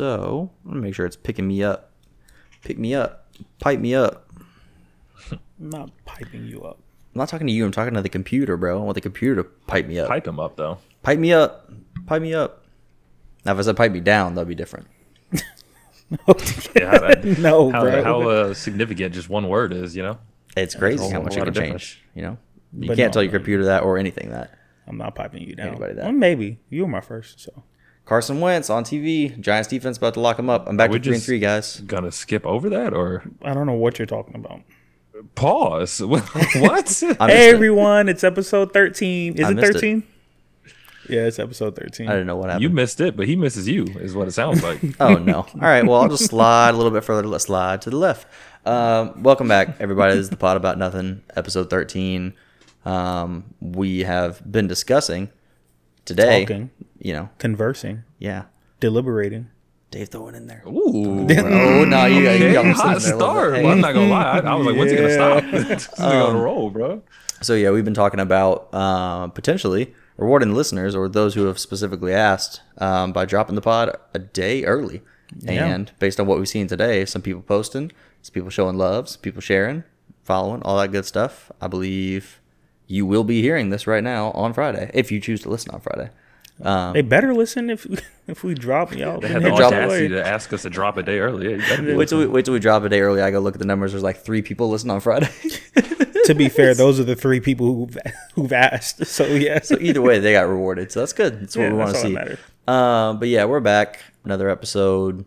So I'm gonna make sure it's picking me up. Pick me up. Pipe me up. I'm not piping you up. I'm not talking to you. I'm talking to the computer, bro. I want the computer to pipe me up. Pipe, Pipe him up though. me up. Pipe me up. Now, if I said pipe me down, that'd be different. Yeah, that- no, how bro. how uh, significant just one word is, you know? It's crazy a how whole much it lot can of difference. change. You know, you But can't no, tell your computer that or anything that. I'm not piping you down. Anybody that- Well, maybe you were my first, so Carson Wentz on TV. Giants defense about to lock him up. I'm back we to three and just- three, guys. Gonna skip over that or I don't know what you're talking about. pause? what? I missed Hey it. everyone, it's episode 13. Is I it missed it. 13? Yeah, it's episode 13. I didn't know what happened. you missed it, but he misses you, is what it sounds like. Oh no! All right. Well, I'll just slide a little bit further. Let's slide to the left. Um, welcome back, everybody. This is the Pod About Nothing, episode thirteen. Um, we have been discussing today. Talking. You know, Conversing, yeah. deliberating. Dave throwing in there. Ooh, Oh no! You, you got me slipping okay, hot there a little start. bit. Well, I'm Hey. not gonna lie. I, I was like, when's it gonna stop? this is gonna roll, bro. So yeah, we've been talking about uh, potentially rewarding listeners or those who have specifically asked um, by dropping the pod a day early. And based on what we've seen today, some people posting, some people showing love, some people sharing, following, all that good stuff. I believe you will be hearing this right now on Friday if you choose to listen on Friday. Um, They better listen if if we drop y'all. They can had the hit y'all audacity away. to ask us to drop a day early. Yeah, you better be wait till we, wait till we drop a day early. I go look at the numbers. There's like three people listening on Friday. To be fair, those are the three people who've who've asked. So yeah, so either way, they got rewarded. So that's good. That's what Yeah, we want to that's all that see. matters. Um, but yeah, we're back. Another episode.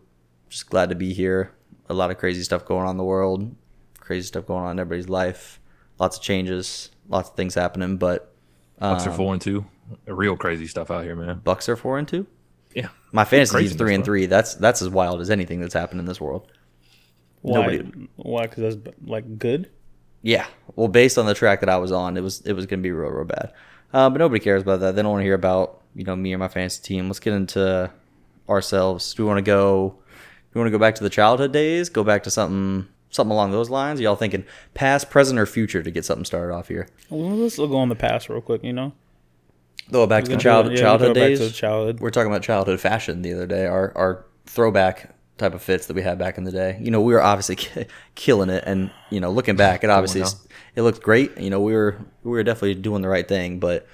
Just glad to be here. A lot of crazy stuff going on in the world. Crazy stuff going on in everybody's life. Lots of changes. Lots of things happening. But Bucks are four and two. Real crazy stuff out here, man. Bucks are four and two. Yeah. My fantasy team's Craziness, three and bro. three. That's that's as wild as anything that's happened in this world. why? nobody- Why? Because that's like good. Yeah. Well, based on the track that I was on, it was it was gonna be real, real bad. Uh, but nobody cares about that. They don't want to hear about you know me or my fantasy team. Let's get into ourselves. Do we want to go? Do we want to go back to the childhood days? Go back to something something along those lines? Y'all thinking past, present, or future to get something started off here? Well, let's go on the past real quick. You know, Go back to the Yeah, child, we'll go childhood back to days. the childhood. We We're talking about childhood fashion the other day. Our our throwback type of fits that we had back in the day. You know, we were obviously ki- killing it, and you know, looking back, it obviously now. s- it looked great. You know, we were we were definitely doing the right thing, but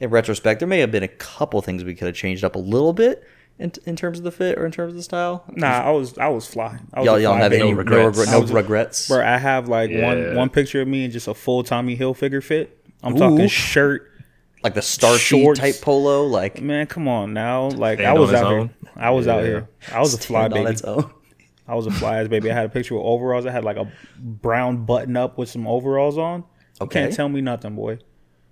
in retrospect, there may have been a couple things we could have changed up a little bit in, in terms of the fit or in terms of the style. Nah, I was I was fly. I was Y'all, a y'all fly have baby. any no regrets. regret- I no was a- regrets? Bro, I have like one Yeah. one picture of me in just a full Tommy Hilfiger fit. I'm Ooh. talking shirt. like the starchy Shorts. type polo, like Man, come on now. Like Stand I was on its out own. here. I was out Yeah. here. I was a fly stand on baby. its own. I was a fly ass baby. I had a picture with overalls. I had like a brown button up with some overalls on. You Okay. can't tell me nothing, boy.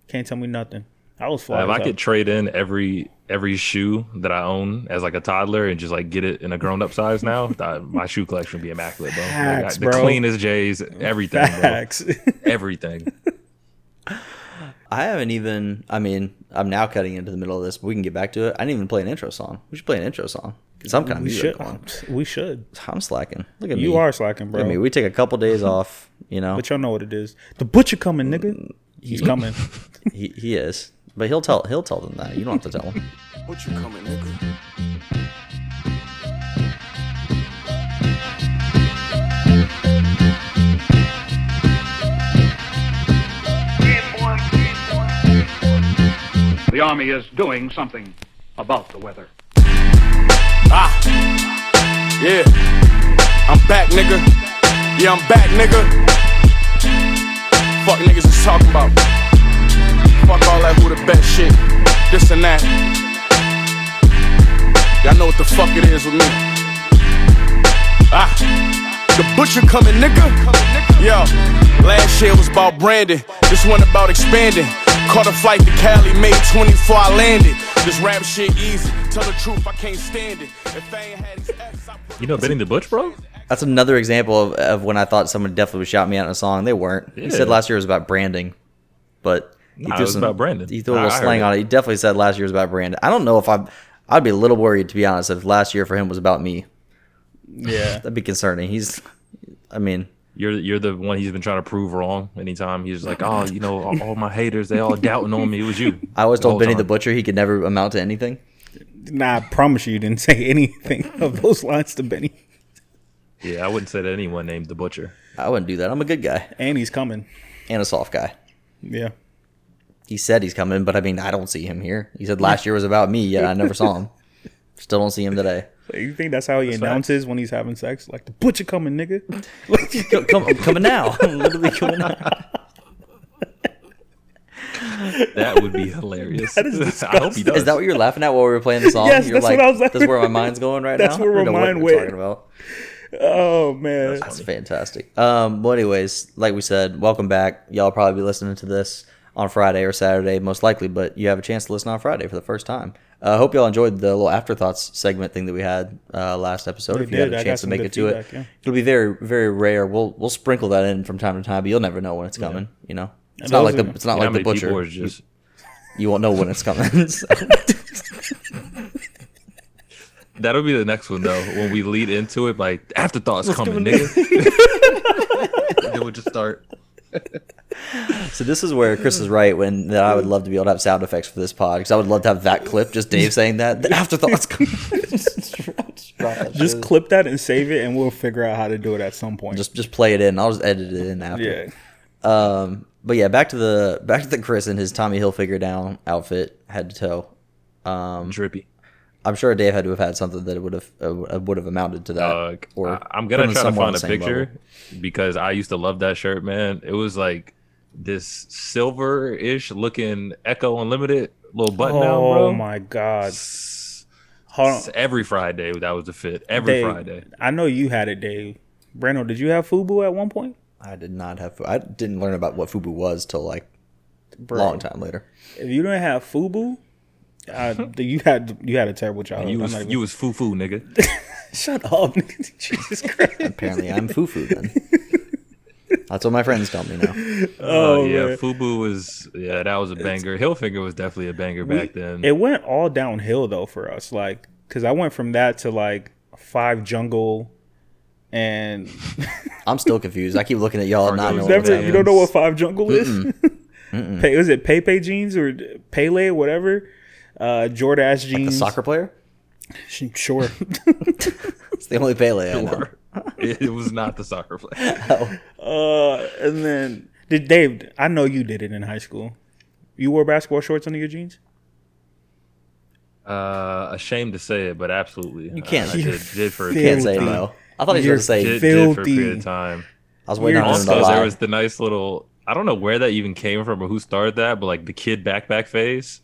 Can't tell me nothing. I was fly. If as I hell. could trade in every every shoe that I own as like a toddler and just like get it in a grown up size now, I, my shoe collection would be immaculate, bro. Like, I- Facts, the bro. cleanest J's, everything, Facts. bro. Everything. I haven't even. I mean, I'm now cutting into the middle of this, but we can get back to it. I didn't even play an intro song. We should play an intro song. Some kind of we music should. on. We should. I'm slacking. Look at me. You are slacking, Look bro. at me. We take a couple days off. You know, but y'all know what it is. The butcher coming, Mm, nigga. He's coming. he, he is, but he'll tell he'll tell them that. You don't have to tell him. What you coming, nigga? The Army is doing something about the weather. Ah, yeah. I'm back, nigga. Yeah, I'm back, nigga. Fuck niggas is talking about. Fuck all that who the best shit. This and that. Y'all know what the fuck it is with me. Ah, the butcher coming, nigga. Yo, last year was about branding. This one about expanding. Caught a flight to Cali, May 24, I landed. This rap shit easy. Tell the truth, I can't stand it. If I ain't had these F's, I put You know Benny the Butch, bro? That's another example of, of when I thought someone definitely shot me out in a song. They weren't. He said Yeah. last year was about branding, but he Nah, it was about branding. He threw a little I- I heard slang it. on it. He definitely said last year was about branding. I don't know if I'm. I'd be a little worried to be honest if last year for him was about me. yeah. That'd be concerning. He's. I mean, You're you're the one he's been trying to prove wrong anytime. He's just like, Oh, you know, all, all my haters, they all doubting on me. It was you. I always told whole Benny the time. Butcher he could never amount to anything. Nah, I promise you, you didn't say anything of those lines to Benny. Yeah, I wouldn't say to anyone named the butcher. I wouldn't do that. I'm a good guy And he's coming. and a soft guy. Yeah. He said he's coming, but I mean, I don't see him here. He said last year was about me, yet I never saw him. Still don't see him today. Like, you think that's how he announces when he's having sex? Like the butcher coming, nigga. Come, come, I'm coming now. I'm literally coming now. That would be hilarious. That is I hope he disgusting. does. Is that what you're laughing at while we were playing the song? Yes, you're that's what I was That's where my mind's going right That's now. where I don't my know what you're mind went. Talking about. Oh man. That's fantastic. Um, well, anyways, like we said, welcome back. Y'all probably be listening to this on Friday or Saturday, most likely, but you have a chance to listen on Friday for the first time. I uh, hope y'all enjoyed the little afterthoughts segment thing that we had uh, last episode. if you did. had I a got chance to some make good it to it, feedback, yeah. it'll be very, very rare. We'll we'll sprinkle that in from time to time, but you'll never know when it's coming. You know, it's not those like the are- it's not How like the many people butcher. are just You won't know when it's coming. So, That'll be the next one though. When we lead into it, like afterthoughts coming, nigga. then we'll just start. so this is where Chris is right when that I would love to be able to have sound effects for this pod because I would love to have that clip just Dave saying that the afterthoughts coming. Just clip that and save it, and we'll figure out how to do it at some point. just just play it in. I'll just edit it in after. yeah. Um. But yeah, back to the back to the Chris and his Tommy Hilfiger down outfit, head to toe. Drippy. I'm sure Dave had to have had something that would have uh, would have amounted to that. Uh, I, I'm put gonna him try to somewhere on find the a same picture level. because I used to love that shirt, man. It was like this silver-ish looking Echo Unlimited little button Oh down, bro. my god. Hold on. Every Friday that was the fit. Every Dave, Friday. I know you had it, Dave. Brando, did you have FUBU at one point? I did not have. I didn't learn about what FUBU was till like a Bro, long time later. If you didn't have FUBU, uh, you had you had a terrible childhood. You I'm was not even- you was foo foo, nigga. shut up, nigga. Jesus Christ. Apparently, I'm FUFU then. That's what my friends tell me now. Oh yeah, man. Fubu was yeah, that was a banger. Hillfinger was definitely a banger back then. It went all downhill though for us, like because I went from that to like Five Jungle, and I'm still confused. I keep looking at y'all and not knowing. Never- what's Never, happening. you don't know what Five Jungle is? Pay, was it Pepe jeans or Pele, whatever? Uh, Jordache jeans. The soccer player? Sh- Sure. It's the only Pele I know. Oh, it was not the soccer player. uh, and then, did Dave, I know you did it in high school. You wore basketball shorts under your jeans? Uh, ashamed to say it, but absolutely, you can't. I did, did for a You're Can't period say of time. no. I thought he You're was going to Did, say. did for a period Filthy. of time. I was waiting you're on him to Also, lie. there was the nice little. I don't know where that even came from or who started that, but like the kid backpack phase,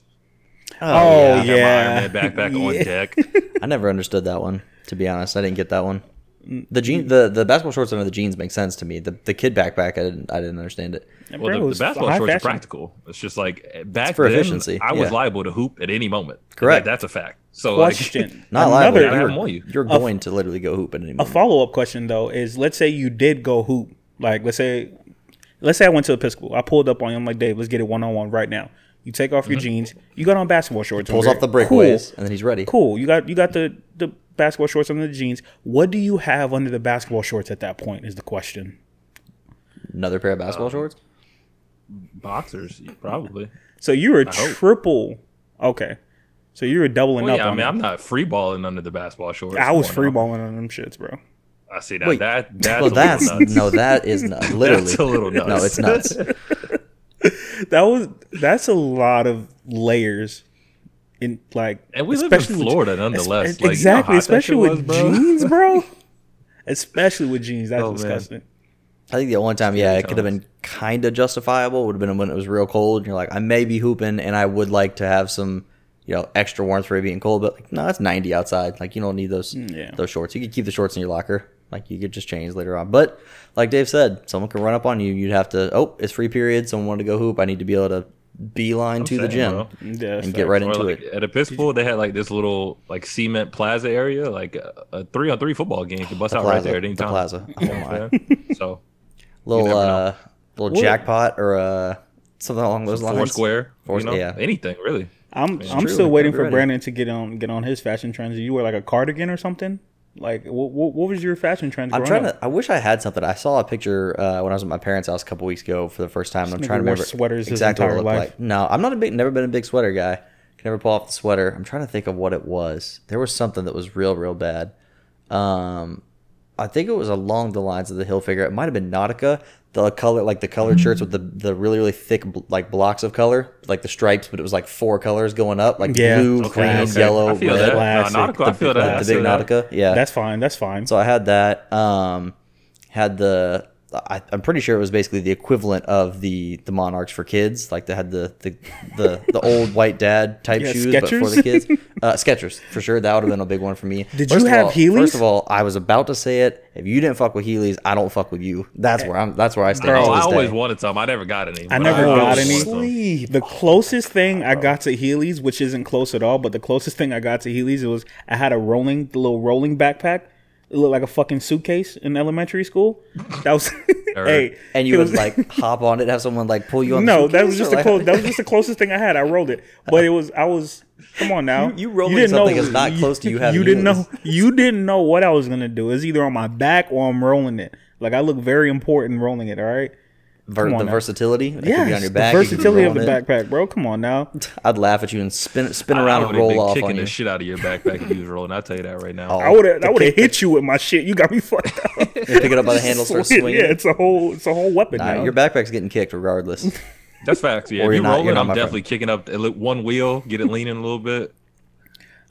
Oh, Got my yeah. Iron Man backpack on Yeah. deck. I never understood that one. To be honest, I didn't get that one. The jean, the, the basketball shorts under the jeans make sense to me. The the kid backpack, I didn't I didn't understand it. Bro, Well, it the, was the basketball high shorts are fashion. practical. It's just like back for then, efficiency, I was yeah. liable to hoop at any moment. Correct. That- that's a fact. So Question. Not Another- liable. I You're, have more you. you're going to literally go hoop at any a moment. follow up question though is let's say you did go hoop. Like let's say let's say I went to Episcopal. I pulled up on you. I'm like, Dave, let's get it one on one right now. You take off Mm-hmm. your jeans. You got on basketball shorts. Pulls under off the it. breakaways, Cool. and then he's ready. cool. You got you got the the basketball shorts under the jeans. What do you have under the basketball shorts at that point is the question. Another pair of basketball shorts. like boxers, probably. So you were hope. triple. Okay. So you were doubling Well, up yeah, I on mean, them. I'm not free balling under the basketball shorts. I was Come free on now. balling on them shits, bro. I see that. Wait. that that's, Well, a that's little nuts. no, that is nuts. Literally, That's a little no, nuts. it's nuts. That was that's a lot of layers in like And we live in especially with- Florida, Espe- nonetheless. Like, you know exactly, how hot that especially shit with was, bro? jeans, bro. especially with jeans, that's Oh, man. disgusting. I think the only time, yeah, it could have times. been kind of justifiable would have been when it was real cold, and you're like, I may be hooping, and I would like to have some, you know, extra warmth for it being cold. But like, no, it's 90 outside. Like, you don't need those Mm, yeah. those shorts. You could keep the shorts in your locker. Like, you could just change later on. But like Dave said, someone could run up on you. You'd have to. Oh, it's free period. Someone wanted to go hoop. I need to be able to beeline to the saying, gym bro. Yeah, and get facts. right Or into like, it. at Episcopal, they had like this little like cement plaza area, like a, a three on three football game could bust out right Plaza, there at any the time. plaza. Oh You know what my. I'm saying? so Little never know. uh, little jackpot or uh, something along those lines. four square, Four- you know, yeah. anything really. I'm I'm true. still Gotta waiting be for ready. Brandon to get on get on his fashion trends. You wear like a cardigan or something. Like what what, what was your fashion trend? I'm growing trying up? to. I wish I had something. I saw a picture uh, when I was at my parents' house a couple weeks ago for the first time. and I'm nigga trying to wore remember sweaters his exactly what it entire looked life. like. No, I'm not a big. Never been a big sweater guy. Can never pull off the sweater. I'm trying to think of what it was. There was something that was real, real bad. Um, I think it was along the lines of the hill figure. It might have been Nautica, the color, like the colored shirts with the the really really thick bl- like blocks of color, like the stripes, but it was like four colors going up, like Yeah. blue, Okay, green, okay. yellow, I feel red. that. Nah, Classic. Nautica, I feel that. I The big feel that. Nautica, yeah. That's fine. That's fine. So I had that. Um, had the. I, I'm pretty sure it was basically the equivalent of the the Monarchs for kids, like they had the the the, the old white dad type Yeah, shoes, but for Skechers. the kids, uh, Skechers for sure. That would have been a big one for me. Did First you of have all, Heelys? First of all, I was about to say it. If you didn't fuck with Heelys, I don't fuck with you. That's where I'm. That's where I stand. Bro, to I this always day. wanted some. I never got any. I but never always got wanted any. some. The closest thing I got to Heelys, which isn't close at all, but the closest thing I got to Heelys it was I had a rolling, the little rolling backpack. It looked like a fucking suitcase in elementary school. That was hey, And it you would was- like hop on it, have someone like pull you on. no, the that was suitcase, just or, the like- clo- that was just the closest thing I had. I rolled it, but it was I was come on now. You- you rolling something is not close to you having You didn't know Heelys. you didn't know what I was gonna do. It's either on my back or I'm rolling it. Like I look very important rolling it. All right. Ver- Come on the now. versatility. It could be Yes, on your back. the you could be versatility of the rolling it. backpack, bro. Come on now. I'd laugh at you and spin spin I- around I and would've roll been off kicking on the you. Oh, shit out of your backpack if you was rolling. I tell you that right now. I would have I would have hit you with my shit. You got me fucked up. Pick it up by the handle, start swinging. Yeah, it's a whole it's a whole weapon Nah, now. your backpack's getting kicked regardless. That's facts. Or Yeah, if you're you're not- rolling, you're not I'm my friend. definitely kicking up at le- one wheel, get it leaning a little bit.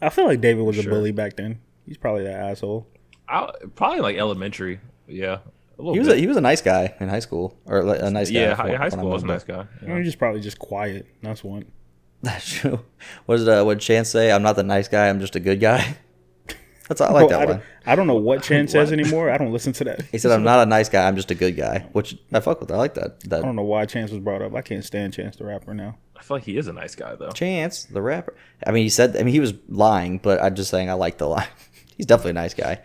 I feel like David was Sure. a bully back then. He's probably that asshole. I, probably like elementary. Yeah, a little he was a, bit. he was a nice guy in high school, or like, a nice guy. yeah, for- high, high when school I I was a moved nice guy. He was just probably just quiet. That's one. That's true. What did uh, what Chance say? I'm not the nice guy. I'm just a good guy. That's I like Bro, that I don't, one. I don't know what Chan says anymore. I don't listen to that. He said, "I'm not a nice guy. I'm just a good guy," which I fuck with. I like that. That I don't know why Chance was brought up. I can't stand Chance the rapper now. I feel like he is a nice guy though. Chance, the rapper. I mean, he said. I mean, he was lying, but I'm just saying I like the lie. He's definitely a nice guy.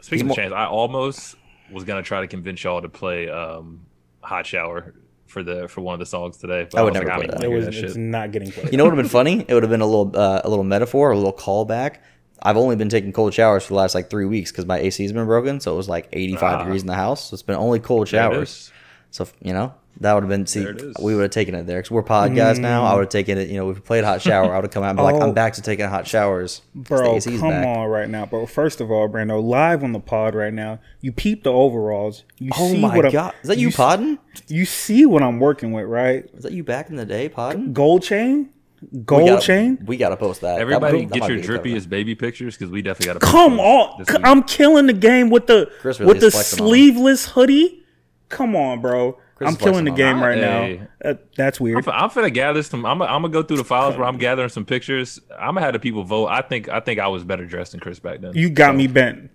Speaking more- of chance, I almost was gonna try to convince y'all to play um, "Hot Shower" for the for one of the songs today. But I would was never play don't that. It was wanna hear that it's shit. not getting played. You know what would have been funny? It would have been a little uh, a little metaphor, a little callback. I've only been taking cold showers for the last like three weeks because my AC has been broken, so it was like 85 Ah. degrees in the house. So it's been only cold There it showers. is. So you know that would have been see There it is. we would have taken it there because we're pod guys now. I would have taken it. You know, we've played hot shower. I would have come out and be like, Mm. Oh. I'm back to taking hot showers. 'cause the Bro, AC come 's back. on right now, bro. First of all, Brando, live on the pod right now. You peep the overalls. You Oh see my what I'm- god, is that you, s- podding? You see what I'm working with, right? Is that you back in the day podding? Gold chain, We gold gotta- chain. We gotta post that. That Everybody, might- that get might your be a cover. drippiest baby pictures because we definitely got to Come on, C- I'm killing the game with the Chris really with the is flexing on him. sleeveless hoodie. Come on, bro. Chris I'm is flexing killing the on game him. right Hey. now. Uh, that's weird. I'm, fi- I'm finna gather some. I'm, I'm gonna go through the files where I'm gathering some pictures. I'm gonna have the people vote. I think I think I was better dressed than Chris back then. You got me bent.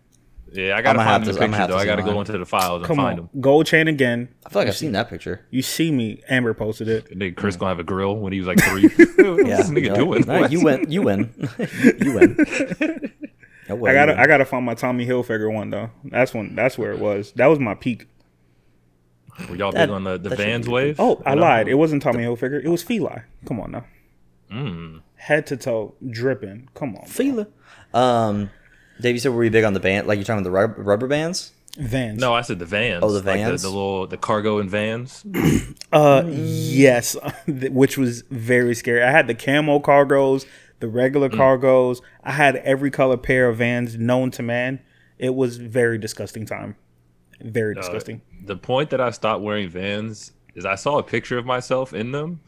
yeah, I gotta I'ma have find the to- I'ma have to pictures though. I see gotta go mine. into the files and Come find on, gold chain again. I feel like I've seen that picture. You see me? Amber posted it. them. Nigga, Chris gonna have a grill when he was like three. What's Yeah, this nigga you're doing? like, "Nah, you win. You win. you win. No way, I you gotta, win. I gotta find my Tommy Hilfiger one though. That's when, that's where it was. That was my peak. Were y'all That- big on the, the that should Vans be- wave? Oh, I You know? lied. It wasn't Tommy Hilfiger. It was Feli. Come on now. Mm. Head to toe dripping. Come on. bro. Fila. Um, Dave, you said were you big on the band? Like you're talking about the rub- rubber bands? Vans. No, I said the Vans. Oh, the Like Vans? the, the little the cargo and Vans. Uh, yes, th- which was very scary. I had the camo cargos, the regular Mm. cargos. I had every color pair of Vans known to man. It was very disgusting time. Very Uh, disgusting. The point that I stopped wearing Vans is I saw a picture of myself in them,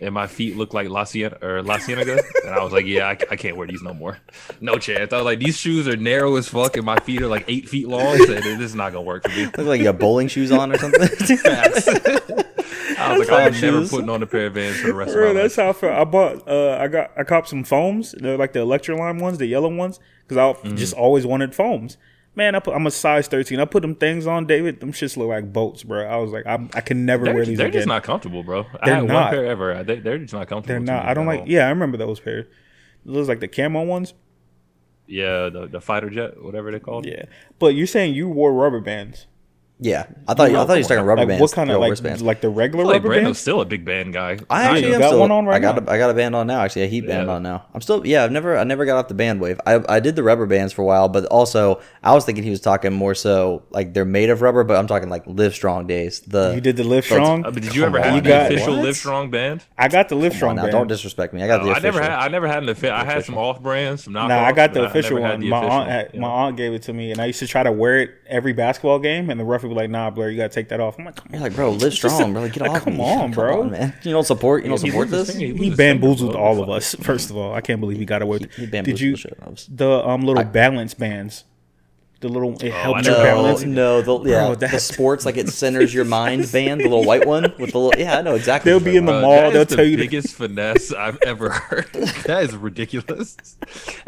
and my feet looked like La Cien- or La Cienega, and I was like, yeah, I, ca- I can't wear these no more. No chance. I was like, these shoes are narrow as fuck, and my feet are like eight feet long. So this is not gonna work for me. Look like you got bowling shoes on or something. I was like, I'm That's never shoes. putting on a pair of Vans for the rest Bro, of my that's life. how I felt. I bought, uh, I got, I copped some foams. They're like the Electroline ones, the yellow ones, because I Mm. just always wanted foams. Man, I put, I'm a size 13. I put them things on, David. Them shits look like boats, bro. I was like, I'm, I can never They're, wear these they're again. just not comfortable, bro. I They're had not. one pair ever. They, they're just not comfortable. They're to not. me I don't at like. all. Yeah, I remember those pairs. Those like the camo ones. Yeah, the, the fighter jet, whatever they're called. Yeah, but you're saying you wore rubber bands. Yeah, I thought I thought he was talking rubber Like bands. what kind the of old like wristbands. like the regular Like rubber Brando's bands? still a big band guy. I Kind actually of. am got still, one on right I got now. A, I got a band on now. Actually, a heat band Yeah. on now. I'm still yeah. I've never I never got off the band wave. I I did the rubber bands for a while, but also I was thinking he was talking more so like they're made of rubber, but I'm talking like Live Strong days. The You did the lift strong. Uh, but did you Come ever on, have you the got- official what? Live Strong band? I got the lift Come on strong now, band. don't disrespect me. I got No, the I never official. had. I never had an official. I had some off brands, some knockoffs. Nah, I got the but official never had one. the my official, aunt, had, you my know? aunt gave it to me, and I used to try to wear it every basketball game, and the ref would be like, "Nah, Blair, you gotta take that off." I'm like, "Come on." You're like, bro, live strong, bro. Like, get Like, off. come me. on, bro. man. You don't support. You don't He support loses this. finger, he He loses finger, bamboozled bro. all of us. First of all, I can't believe he got away with. He it. bamboozled Did the you shit out of us. the um little balance bands? The little it Oh, I helped know. your No, balance. no, the, yeah, Bro, the that- sports like it centers your mind band, the little white one with the little. Yeah, I know exactly. They'll what be you're in talking the about. Uh, mall, that they'll is the tell you to- biggest finesse I've ever heard. that is ridiculous.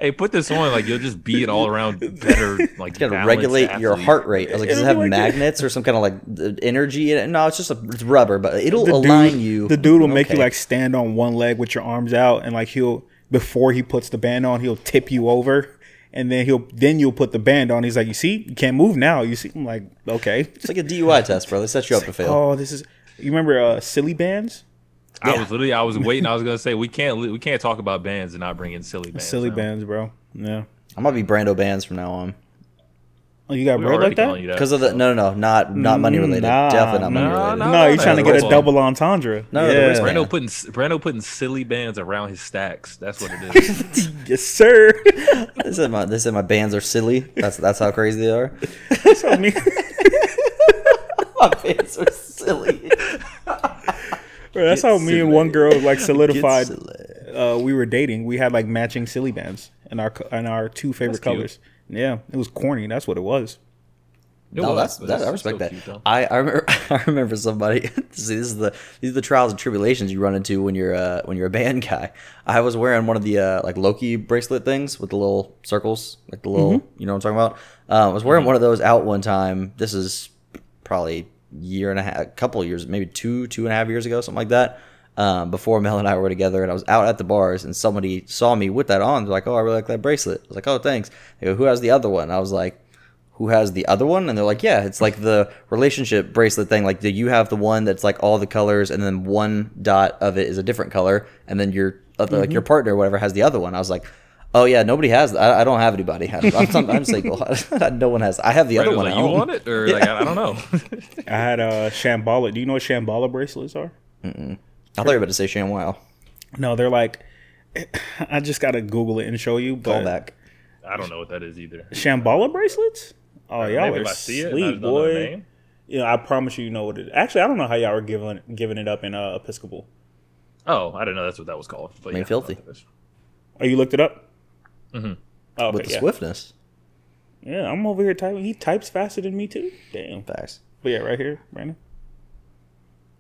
hey, put this on, like you'll just be an all around better. Like You gotta balanced regulate your athlete. heart rate. I was like, does it It'll have be like- magnets or some kind of like th- energy in it? No, it's just a it's rubber, but it'll the align dude, you. The dude will make you Okay. like stand on one leg with your arms out, and like he'll before he puts the band on, he'll tip you over, and then he'll then you'll put the band on. He's like, "You see, you can't move now." You see, I'm like, "Okay." It's like a DUI test, bro. They set you up to fail. Oh, this is. You remember uh, silly bands? I was literally, I was waiting. I was gonna say we can't, li- we can't talk about bands and not bring in silly bands. Silly now. bands, bro. Yeah. I'm gonna be Brando bands from now on Oh, you got We bread already like calling you that? that. because of the no, no, no, not not money related. nah, Definitely not money nah, related. nah. No, you're no, trying to no, get that's a all. double entendre. No, no, the yeah. wristband. Brando putting Brando putting silly bands around his stacks. That's what it is. Yes, sir. They said my they said my bands are silly. That's that's how crazy they are. so me. my bands are silly. Bro, that's how me and one girl like Get solidified. silly. Uh, we were dating. We had like matching silly bands and our co- and our two favorite cute. colors. Yeah, it was corny. That's what it was. No, that's that, I respect that. I, I remember I remember somebody. See, this is the these are the trials and tribulations you run into when you're uh, when you're a band guy. I was wearing one of the uh, like Loki bracelet things with the little circles, like the little you know what I'm talking about. Uh, I was wearing one of those out one time. This is probably year and a half, a couple years, maybe two two and a half years ago, something like that. Um, before Mel and I were together, and I was out at the bars, and somebody saw me with that on. They're like, "Oh, I really like that bracelet." I was like, "Oh, thanks." They go, "Who has the other one?" I was like who has the other one and they're like yeah it's like the relationship bracelet thing like do you have the one that's like all the colors and then one dot of it is a different color and then your other like Mm-hmm. your partner or whatever has the other one i was like oh yeah nobody has that. I, I don't have anybody I don't, i'm, I'm single no one has i have the other Brando's one like, I you own." want it or like I, I don't know. I had uh, Shambhala. Do you know what Shambhala bracelets are? i thought you were about to say sham wow No, they're like. I just gotta Google it and show you. But call back I don't know what that is either. Shambhala bracelets? Oh, y'all Maybe are if I see it, and I sleep, just don't know the boy. name. Yeah, I promise you, you know what it. Actually, I don't know how y'all are giving giving it up in uh, Episcopal. Oh, I didn't know that's what that was called. But mean, yeah, filthy. Oh, you looked it up? Mm-hmm. Oh, okay, with the yeah. swiftness Yeah, I'm over here typing. He types faster than me too. Damn. facts But yeah, right here, Brandon.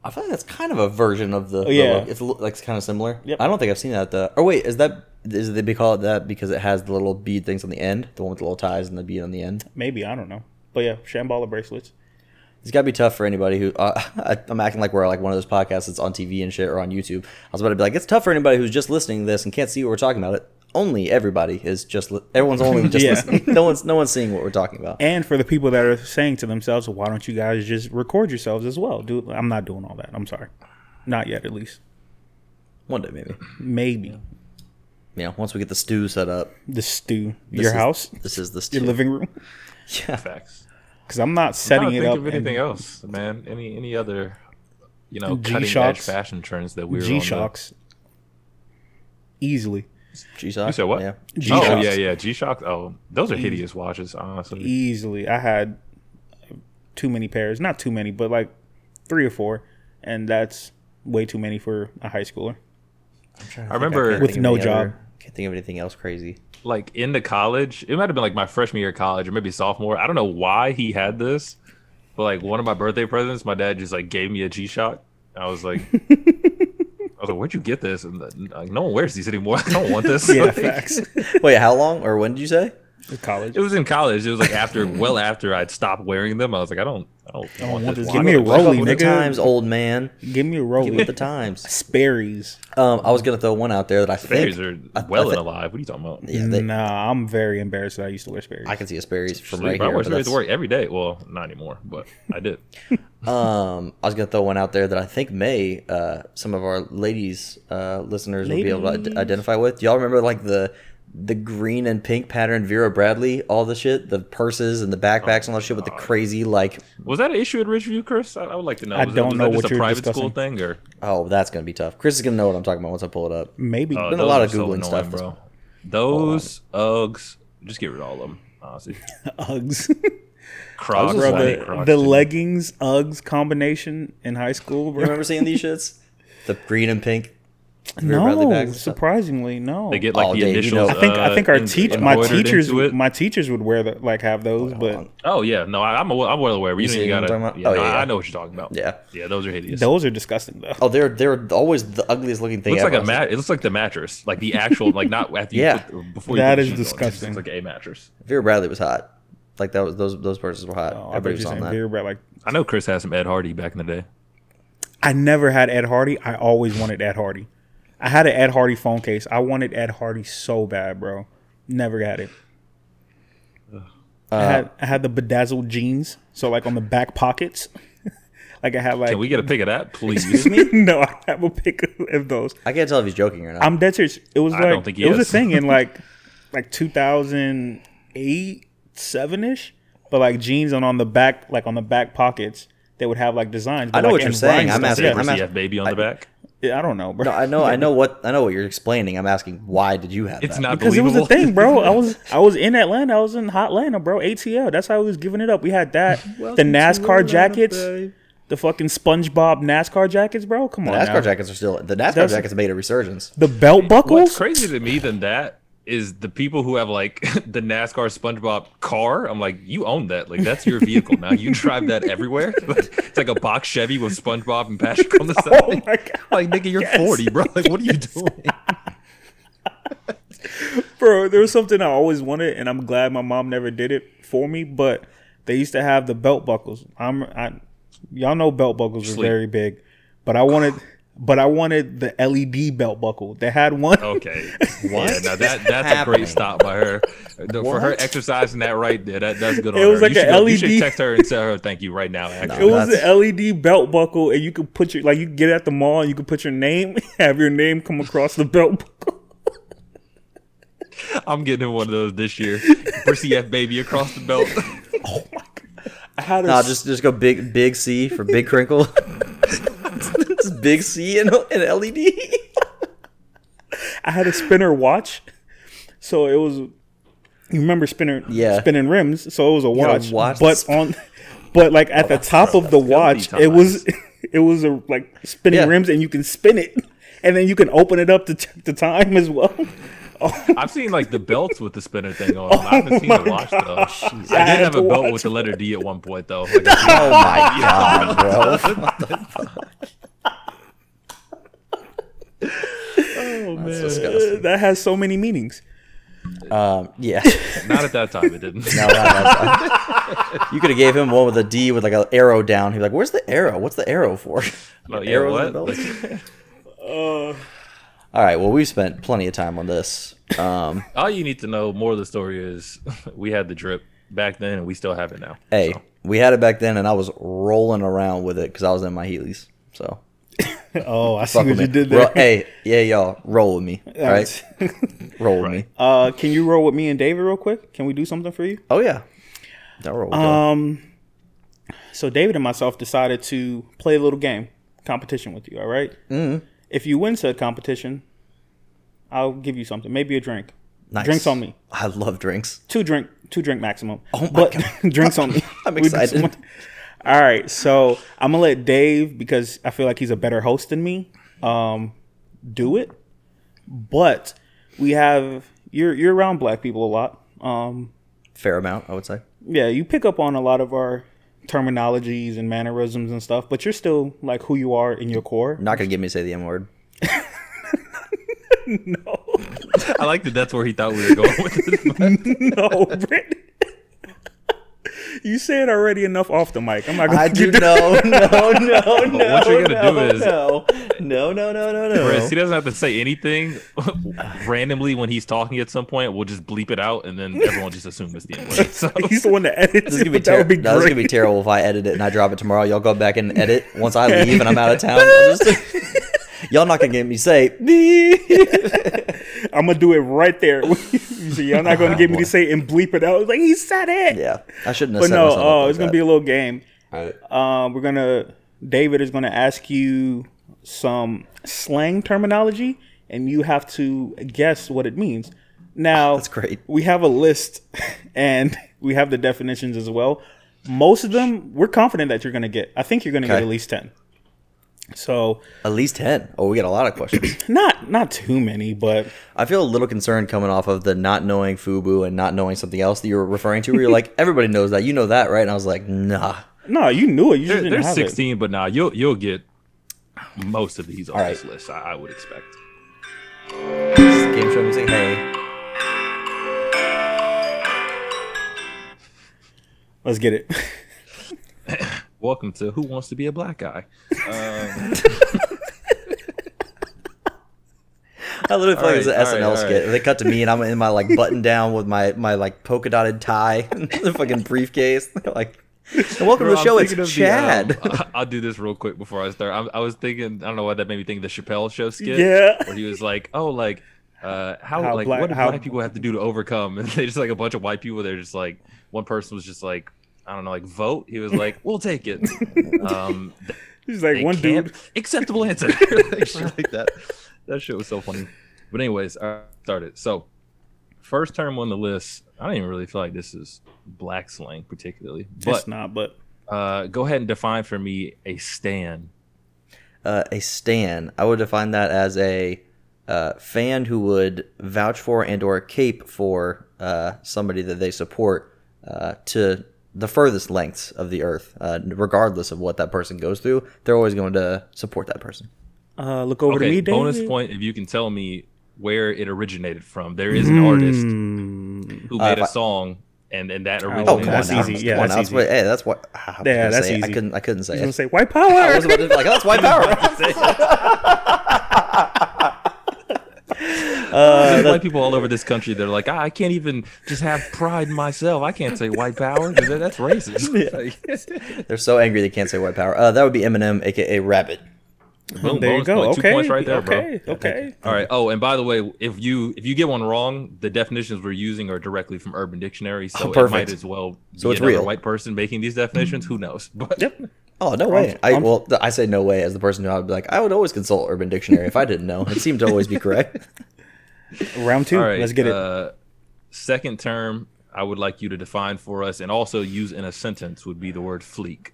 I feel like that's kind of a version of the. the Oh, yeah. look. it's a li- like it's kind of similar. Yep. I don't think I've seen that though. Oh wait, is that is they call it that because it has the little bead things on the end, the one with the little ties and the bead on the end? Maybe I don't know. But yeah, Shambhala bracelets. It's got to be tough for anybody who uh, I, I'm acting like we're like one of those podcasts that's on TV and shit or on YouTube. I was about to be like, it's tough for anybody who's just listening to this and can't see what we're talking about. It only everybody is just li- everyone's only just Yeah. listening. No one's no one's seeing what we're talking about. And for the people that are saying to themselves, "Why don't you guys just record yourselves as well?" Do I'm not doing all that. I'm sorry, not yet at least. One day maybe, Maybe you know, once we get the stew set up. the stew, this your is- house, This is the stew. your living room, Facts. because I'm not I don't setting it think up. of anything in else, man. Any any other, you know, cutting edge G-Shocks. fashion trends that we were on? G-shocks easily, G-Shock. You said what? Yeah. The, G-Shocks. Oh yeah, yeah. G Shock. Oh, those are hideous watches. Honestly, easily. I had too many pairs, not too many, but like three or four, and that's way too many for a high schooler. I remember- can't With think of no any other- job. Can't think of anything else crazy. like in the college, it might have been like my freshman year of college or maybe sophomore. I don't know why he had this, but like one of my birthday presents, my dad just like gave me a G Shock. I was like, I was like, where'd you get uh, this? And like, no one wears these anymore. I don't want this. Yeah, Like, facts. Wait, how long or when did you say? college. It was in college. It was like after, well after I'd stopped wearing them. I was like, I don't, I don't, want, want this. this. watch. Give me a Keep up rollie, with the nigga. times, old man. Give me a roll. Keep up with the times. Sperry's. Um, I was gonna throw one out there that I think. Fairies are I- I well and think- alive. What are you talking about? yeah, they, nah, I'm very embarrassed that I used to wear Sperry's. I can see Asperry's from Sleep, right bro. I here. wear but Sperry's to that's- work every day. Well, not anymore, but I did. Um, I was gonna throw one out there that I think may uh, some of our ladies uh, listeners will be able to Ladies. id- identify with. Do y'all remember like the the green and pink pattern Vera Bradley, all the shit, the purses and the backpacks and all that shit with Oh, the crazy like. Was that an issue at Ridgeview, Chris? I, I would like to know. I Was don't that, was know that just what a you're private school discussing. thing or Oh, that's gonna be tough. Chris is gonna know what I'm talking about once I pull it up. Maybe. Oh, been a those lot are of Googling stuff this- bro. Those Uggs, just get rid of all of them. Honestly, Uggs. Crocs, just bro, like- the, the Crocs the dude. leggings Uggs combination in high school, You bro. remember seeing these shits? The green and pink. Vera Bradley No, bags and stuff? surprisingly, no. They get like Oh, the Dave, you initials. know- I think I uh, think our em- teach my embroidered teachers into it. my teachers would wear the, like have those, but Oh yeah, no, I, I'm a, I'm well aware. We You don't see even what I'm gotta. talking about? Yeah, Oh, no, yeah, I- yeah. I know what you're talking about. Yeah. yeah, those are hideous. those are disgusting though. Oh, they're they're always the ugliest looking thing. looks ever. like a mat. It looks like the mattress, like the actual, like not after you Yeah. put, before you That put is the sheets on, it just disgusting. looks like a mattress. Vera Bradley was hot. Like that was those those purses were hot. Oh, I Everybody bet was you on saying that. Vera Bradley, like I know Chris has some Ed Hardy back in the day. I never had Ed Hardy. I always wanted Ed Hardy. I had an Ed Hardy phone case. I wanted Ed Hardy so bad, bro. Never got it. I had I had the bedazzled jeans, so like on the back pockets, like I had like Can we get a pic of that, please? no, I have a pic of those. I can't tell if he's joking or not. I'm dead serious. It was like I don't think he it was is. a thing in like like 2008, seven ish, but like jeans on on the back, like on the back pockets, they would have like designs. But I know like, what you're in saying. I'm rhinestones- asking- Yeah. I'm CF baby on the back. Yeah, I don't know, bro. No, I know, I know what I know what you're explaining. I'm asking why did you have It's that? not Because it was believable. the thing, bro. I was I was in Atlanta. I was in Hot Atlanta, bro. ATL. That's how we was giving it up. We had that. the NASCAR jackets, the fucking SpongeBob NASCAR jackets, bro. Come on, NASCAR now. jackets are still the NASCAR That's- jackets made a resurgence. The belt What's buckles. crazy to me than that is the people who have like the NASCAR SpongeBob car. I'm like, you own that. Like that's your vehicle now. You drive that everywhere. Like, it's like a box Chevy with SpongeBob and Patrick on the side. Oh my god, Like nigga, you're 40, bro. Like what are you doing? bro. There was something I always wanted, and I'm glad my mom never did it for me. But they used to have the belt buckles. I'm I, y'all know belt buckles were Sleep. very big, but I wanted. But I wanted the LED belt buckle. They had one. Okay. What Yeah, now is that that's a happening? great stop by her. The- For her What? exercising that right there, that, that's good on It was her. like you, a should E go- you LED. should text her and tell her thank you right now. It Actually, was That's- an LED belt buckle, and you could put your like you could get it at the mall, and you could put your name, have your name come across the belt buckle. I'm getting one of those this year. Brissy F baby across the belt. I had a Nah, just just go big big C for big crinkle. just big C and, and E LED. I had a spinner watch, so it was. You remember spinner, Yeah. spinning rims. So it was a a watch, watch but that's- Oh, on, but like at the top of the watch, filthy it was, it was a like spinning Yeah. rims, and you can spin it, and then you can open it up to check the time as well. I've seen like the belts with the spinner thing on. them. I haven't seen my the watch though. I I did had have to a belt watch with the letter D at one point though. Like, I Oh my god, bro! That's disgusting. that has so many meanings. Um, yeah, did- not at that time. It didn't. No, no, no, no. you could have gave him one with a D with like an arrow down. He'd be like, "Where's the arrow? What's the arrow for?" Like, yeah, arrows what? and belts? Like, All right. Well, we've spent plenty of time on this. Um, all you need to know more of the story is we had the drip back then and we still have it now. hey, we had it back then, and I was rolling around with it because I was in my Heelys. So Oh, I see fuck what with you me. did Ro- there. hey, yeah, y'all, roll with me. All right, roll with me. Uh, can you roll with me and David real quick? Can we do something for you? Oh yeah, that roll. with y'all. Um, so David and myself decided to play a little game competition with you. All right. Mm-hmm. If you win said competition, I'll give you something, maybe a drink. Nice. Drinks on me. I love drinks. Two drink, two drink maximum. Oh my but drinks on me. I'm We do some- excited. All right, so I'm gonna let Dave because I feel like he's a better host than me. Um, do it, but we have you're you're around black people a lot. Um, Fair amount, I would say. yeah, you pick up on a lot of our terminologies and mannerisms and stuff, but you're still like who you are in your core. Not gonna get me to say the M word. I like that that's where he thought we were going with it. no, Britt. you said already enough off the mic. I'm not gonna I do no, no, no, no. what you're gonna no, do is- no, no, no, no, no, no. Whereas he doesn't have to say anything randomly when he's talking at some point. We'll just bleep it out, and then everyone just assume it's the N word. So He's the one that edits. This is it, gonna be but that terrible. would be No, this is great. gonna be terrible if I edit it and I drop it tomorrow. Y'all go back and edit once I leave and I'm out of town. I'll just- y'all not gonna get me say beep. I'm gonna do it right there. you see, y'all not gonna get me to say and bleep it out. It's like he said it. Yeah, I shouldn't have But said no, myself oh, like it's gonna that. be a little game. Alright. Um, we're gonna David is gonna ask you some slang terminology, and you have to guess what it means. Now That's great. We have a list, and we have the definitions as well. Most of them, we're confident that you're gonna get. I think you're gonna get Okay. at least ten. So at least ten. Oh, we got a lot of questions. not not too many, but I feel a little concerned coming off of the not knowing Fubu and not knowing something else that you were referring to. Where you're like, everybody knows that, you know that, right? And I was like, nah. no, you knew it. You just there, didn't there's have it. 16, but nah, you'll you'll get most of these on All this right. list. I, I would expect. Game show music. Hey, Let's get it. Welcome to Who Wants to Be a Black Guy. I literally feel like it's an All SNL right, all right, all skit. right. They cut to me and I'm in my like button down with my my like polka dotted tie, and the fucking briefcase. like, and welcome to the Bro, I'm show. It's thinking of the, Chad. um, I- I'll do this real quick before I start. I'm, I was thinking, I don't know why that made me think of the Chappelle show skit. Yeah. Where he was like, oh, like, uh, how, How like, black- what do how- black people have to do to overcome? And they just like a bunch of white people. They're just like, one person was just like, I don't know, like vote. He was like, we'll take it. Um, He's like they one can't- dude. acceptable answer. like, shit like that. That shit was so funny. But anyways, I started. So first term on the list. I don't even really feel like this is black slang particularly, but it's not, but uh, go ahead and define for me a stan. uh, a stan. I would define that as a uh, fan who would vouch for and or cape for uh, somebody that they support uh, to the furthest lengths of the earth, uh, regardless of what that person goes through. They're always going to support that person. uh, look over to Okay, me, David. bonus point if you can tell me where it originated from. There is Hmm. an artist Mm, Uh, who made a song, and and that originated. come on Oh, from- that's easy. Yeah, Come on now. that's That's easy. what- hey, that's what. ah, I was Yeah, gonna that's say it. I easy. couldn't. I couldn't say He's gonna it. say white power. I was about to be like, oh, that's white power. Uh, There's white people all over this country. They're like, "Ah, I can't even just have pride in myself. I can't say white power. 'cause that- That's racist. Like, They're so angry they can't say white power. Uh, that would be Eminem, aka Rabbit. boom, there you bonus go. point. okay. Two points right there, bro. okay. Okay. All right. Oh, and by the way, if you if you get one wrong, the definitions we're using are directly from Urban Dictionary, so it perfect. might as well be So it's another real. white person making these definitions. Who knows? But Yep. Oh no way! i I'm- well, th- I say no way as the person who I would be like, I would always consult Urban Dictionary if I didn't know. It seemed to always be correct. Round two. all right, Let's get it. Uh, second term, I would like you to define for us, and also use in a sentence would be the word fleek.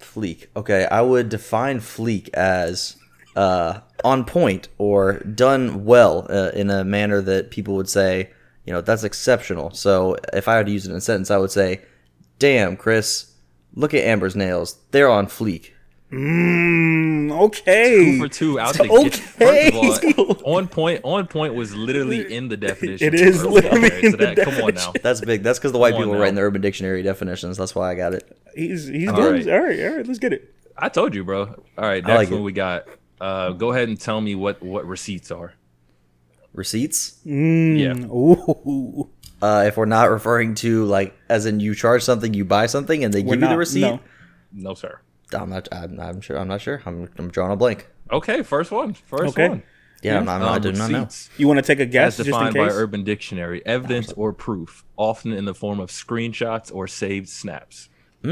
Fleek. Okay, I would define fleek as uh, on point or done well uh, in a manner that people would say, you know, that's exceptional. So if I had to use it in a sentence, I would say, "Damn, Chris, look at Amber's nails. They're on fleek." Mm, okay. For two out the gate. First okay. of all, on point. On point was literally in the definition. It is for Urban literally Dictionary, in so the that- Come on now. That's big. That's because the white Come on people now. write in the Urban Dictionary definitions. That's why I got it. He's he's All doing right. all right. All right. Let's get it. I told you, bro. All right, I next like one it. we got. Uh, go ahead and tell me what what receipts are. Receipts. Hmm. Yeah. Ooh. uh, if we're not referring to like as in you charge something, you buy something, and they We're give you not- the receipt. no. No, sir. I'm not. I'm, I'm sure. I'm not sure. I'm, I'm drawing a blank. Okay, first one. First Okay. one. Yeah, I'm not, Um, I do not know. receipts, You want to take a As guess just in defined by case? Urban Dictionary, evidence or proof, often in the form of screenshots or saved snaps. So